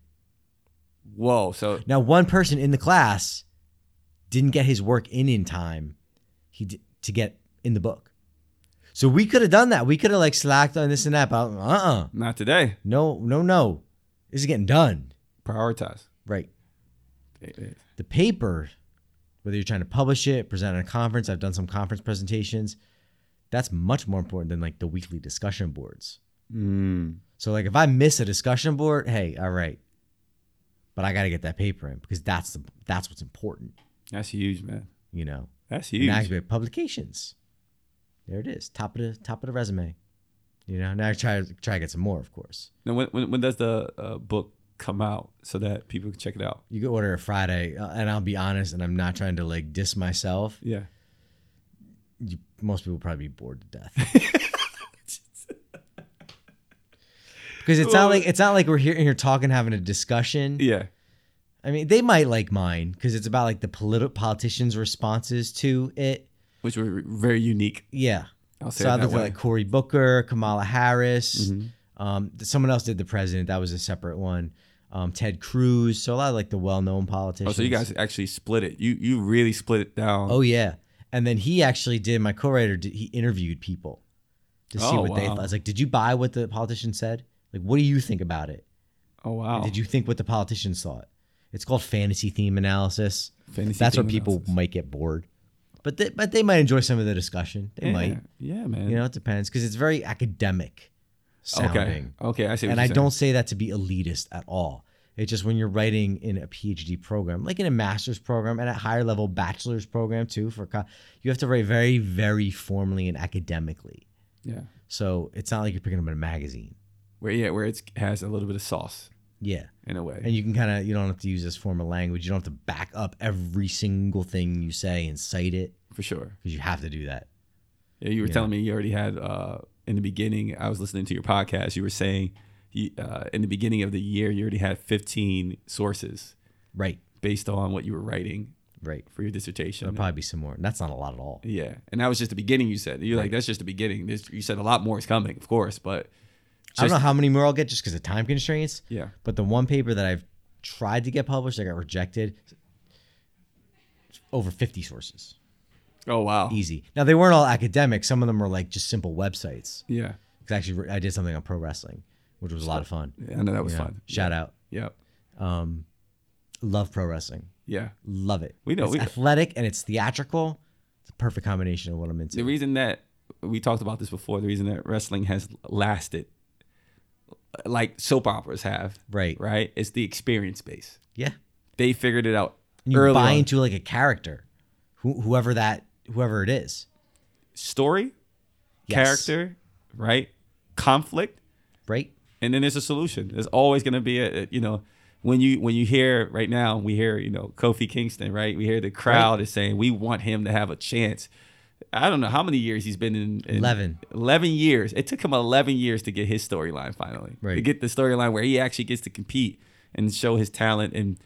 Whoa. So Now, one person in the class didn't get his work in in time. He d- to get in the book. So we could have done that. We could have like slacked on this and that. But uh, uh not today. no, no, no. This is getting done Prioritize. right. It- it- The paper, whether you're trying to publish it, present at a conference. I've done some conference presentations. That's much more important than like the weekly discussion boards. Mm. So like if I miss a discussion board, hey, all right. But I got to get that paper in because that's the that's what's important, That's huge, man. you know. That's And huge. now you have publications. There it is, top of the top of the resume. You know, now I try try to get some more. Of course, Now, when, when, when does the uh, book come out so that people can check it out? you can order it Friday, uh, and I'll be honest, and I'm not trying to like diss myself. Yeah. You, most people probably be bored to death. Because it's not like it's not like we're here here talking, having a discussion. Yeah. I mean, they might like mine because it's about like the politi- politicians' responses to it. Which were very unique. Yeah, I'll say so I it that looked at way. Mm-hmm. like Cory Booker, Kamala Harris. Um, th- someone else did the president. That was a separate one. Um, Ted Cruz. So a lot of like the well-known politicians. oh, so you guys actually split it. You you really split it down. Oh yeah. And then he actually did. My co-writer. Did, he interviewed people to see Oh, what they wow. thought. I was like, did you buy what the politician said? Like, what do you think about it? Oh, wow. Did you think what the politicians thought? It's called fantasy theme analysis. Fantasy That's where theme people analysis. might get bored, but they, but they might enjoy some of the discussion. They yeah. might. Yeah, man. You know, it depends because it's very academic sounding. okay. Okay, I see. What and you're I saying. don't say that to be elitist at all. It's just when you're writing in a PhD program, like in a master's program and a higher level bachelor's program too, for co- you have to write very, very formally and academically. Yeah. So it's not like you're picking up in a magazine. Where yeah, where it has a little bit of sauce Yeah, in a way. and you can kind of you don't have to use this formal language. You don't have to back up every single thing you say and cite it for sure. because you have to do that. Yeah, you were telling me you already had uh, in the beginning. I was listening to your podcast. You were saying you, uh, in the beginning of the year you already had 15 sources Right, based on what you were writing right. for your dissertation. There'll probably be some more. And that's not a lot at all. yeah, and that was just the beginning. You said you're like that's just the beginning. This, you said a lot more is coming, of course, but I don't Just- know how many more I'll get just because of time constraints. yeah, But the one paper that I've tried to get published, I got rejected. Over 50 sources. oh wow, Easy. Now, they weren't all academic. Some of them were like just simple websites. yeah, 'Cause actually, I did something on pro wrestling, which was a lot of fun. yeah, I know that was Yeah. fun. Shout out. Yep. Um, Love pro wrestling. Yeah. Love it. We know- It's we- athletic and it's theatrical. It's a perfect combination of what I'm The into. reason that we talked about this before, the reason that wrestling has lasted like soap operas have, right. right? It's the experience base. Yeah. They figured it out And you early. buy on. into like a character, who, whoever that, whoever it is. Story, Yes. character, right? Conflict, Right. and then there's a solution. There's always going to be a, a- you know when you when you hear right now we hear you know Kofi Kingston right we hear the crowd is saying we want him to have a chance. I don't know how many years he's been in, in 11. 11 years. It took him 11 years to get his storyline finally. To Right. get the storyline where he actually gets to compete and show his talent and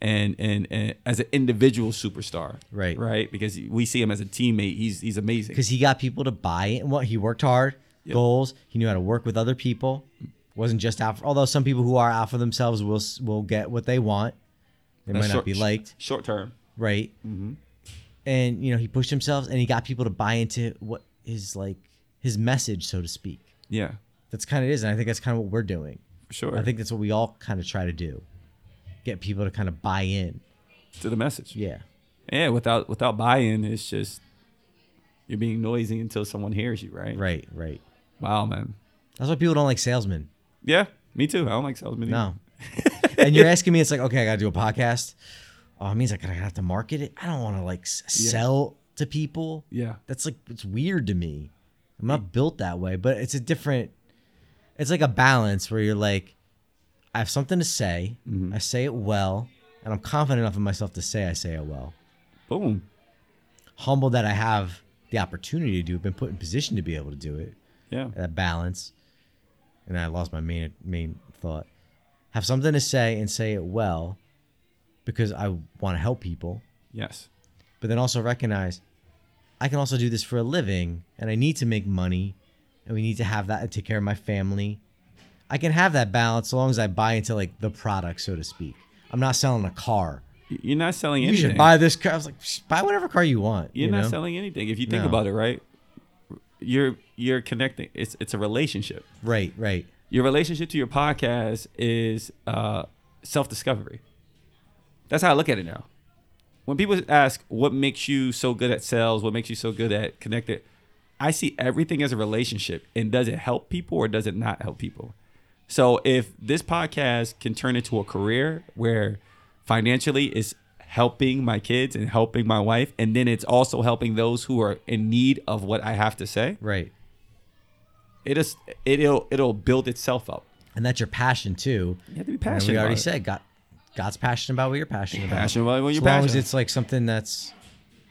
and and, and as an individual superstar. Right. Right? Because we see him as a teammate. He's he's amazing. because he got people to buy it. And what he worked hard, goals. He knew how to work with other people. Wasn't just out. For, although some people who are out for themselves will s- will get what they want. They might That's not short- be liked, Short term. right? Mm-hmm. And you know he pushed himself and he got people to buy into what his like his message, so to speak. Yeah. That's kind of it is, and I think that's kind of what we're doing. For sure. I think that's what we all kind of try to do, get people to kind of buy in. to the message. Yeah, Yeah, without without buy-in, it's just you're being noisy until someone hears you, right? right, right. Wow, man. That's why people don't like salesmen. Yeah, me too. I don't like salesmen. either. No. and you're asking me, it's like, okay, I got to do a podcast. Oh, it means like, I gotta have to market it. I don't want to like s- Yeah. sell to people. Yeah. That's like, it's weird to me. I'm not built that way, but it's a different, it's like a balance where you're like, I have something to say. I say it well, and I'm confident enough in myself to say I say it well. Boom. Humbled that I have the opportunity to do it, been put in position to be able to do it Yeah. that balance. And I lost my main main thought. Have something to say and say it well, because I want to help people. Yes. But then also recognize, I can also do this for a living, and I need to make money, and we need to have that and take care of my family. I can have that balance so long as I buy into like the product, so to speak. I'm not selling a car. Y- You're not selling You anything. should buy this car. I was like, "Psh, buy whatever car you want. You're you not know? selling anything if you think No. about it, right? You're you're connecting. It's it's a relationship. Right, right, Your relationship to your podcast is uh, self discovery. That's how I look at it now. When people ask what makes you so good at sales, what makes you so good at connected, I see everything as a relationship. And does it help people or does it not help people? So if this podcast can turn into a career where financially it's helping my kids and helping my wife, and then it's also helping those who are in need of what I have to say, right. it is it'll it'll build itself up. And that's your passion too. You have to be And passionate. we already about it. said God, God's passionate about what you're passionate about. Passionate about what as you're long as passionate. it's like something that's,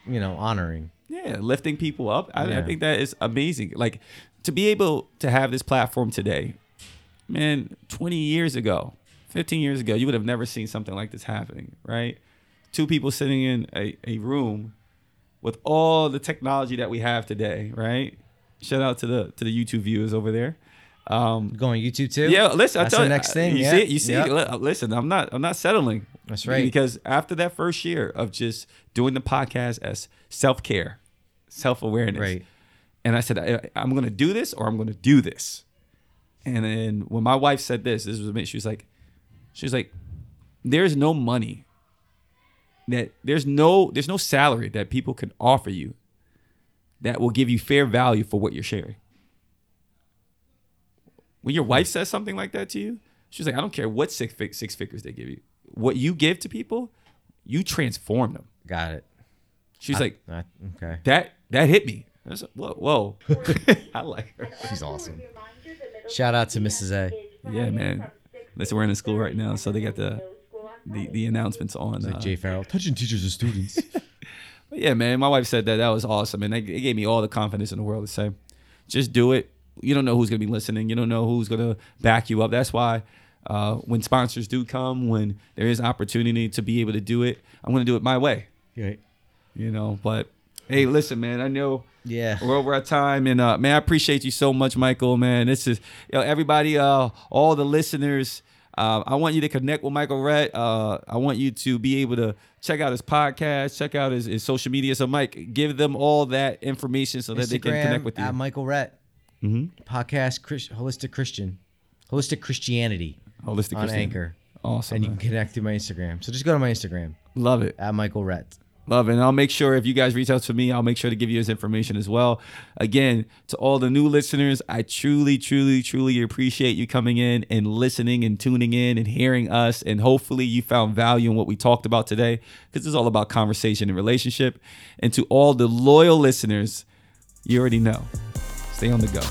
you know, honoring. yeah, lifting people up. I, I Yeah. think that is amazing. Like to be able to have this platform today, man. Twenty years ago, fifteen years ago, you would have never seen something like this happening, right? Two people sitting in a, a room with all the technology that we have today, right? Shout out to the to the YouTube viewers over there. Um, Going YouTube too. Yeah, listen. That's I tell the you, uh, next thing. You yeah. see, it, you see. Yep. it. Li- Listen, I'm not. I'm not settling. That's right. Because after that first year of just doing the podcast as self care, self awareness, Right. and I said, I, I'm going to do this or I'm going to do this. And then when my wife said this, this was me. She was like, she was like, there's no money that there's no there's no salary that people can offer you that will give you fair value for what you're sharing. When your wife says something like that to you, she's like, I don't care what six fig- six figures they give you. What you give to people, you transform them. Got it. She's like, Uh, okay. that that hit me. I was like, whoa, whoa. I like her. She's awesome. Shout out to Mrs. A. Yeah, man. Listen, we're in a school right now, so they got the the, the announcements on. Like uh, Jay Farrell, touching teachers and students. but yeah, man, my wife said that that was awesome, and it it gave me all the confidence in the world to say, just do it. You don't know who's gonna be listening. You don't know who's gonna back you up. That's why. Uh, when sponsors do come, when there is opportunity to be able to do it, I'm going to do it my way, Right. you know. But hey, listen, man, I know Yeah. We're over our time, and uh, man, I appreciate you so much, Michael. Man, this is yo, everybody, uh, all the listeners. Uh, I want you to connect with Michael Rhett. Uh, I want you to be able to check out his podcast, check out his, his social media. So, Mike, give them all that information so that they can connect with Instagram you. Mm-hmm. at Michael Rhett. Podcast Chris, holistic Christian, holistic Christianity Holistic on Christian. Uh-huh. Anchor. Awesome. and you man. can connect through my Instagram. So just go to my Instagram Love it. at Michael Rett. Love it. And I'll make sure if you guys reach out to me, I'll make sure to give you his information as well. Again, to all the new listeners, I truly, truly, truly appreciate you coming in and listening and tuning in and hearing us. And hopefully you found value in what we talked about today because it's all about conversation and relationship. And to all the loyal listeners, you already know stay on the go.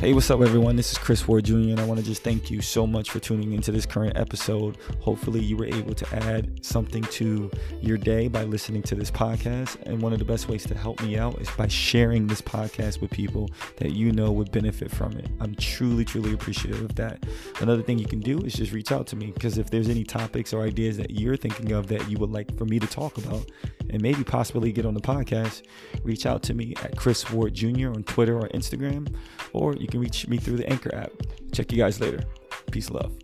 Hey, what's up, everyone? This is Chris Ward Jr., and I want to just thank you so much for tuning into this current episode. Hopefully, you were able to add something to your day by listening to this podcast. And one of the best ways to help me out is by sharing this podcast with people that you know would benefit from it. I'm truly, truly appreciative of that. Another thing you can do is just reach out to me because if there's any topics or ideas that you're thinking of that you would like for me to talk about and maybe possibly get on the podcast, reach out to me at Chris Ward Jr. on Twitter or Instagram, or you can reach me through the Anchor app. Check you guys later. Peace, love.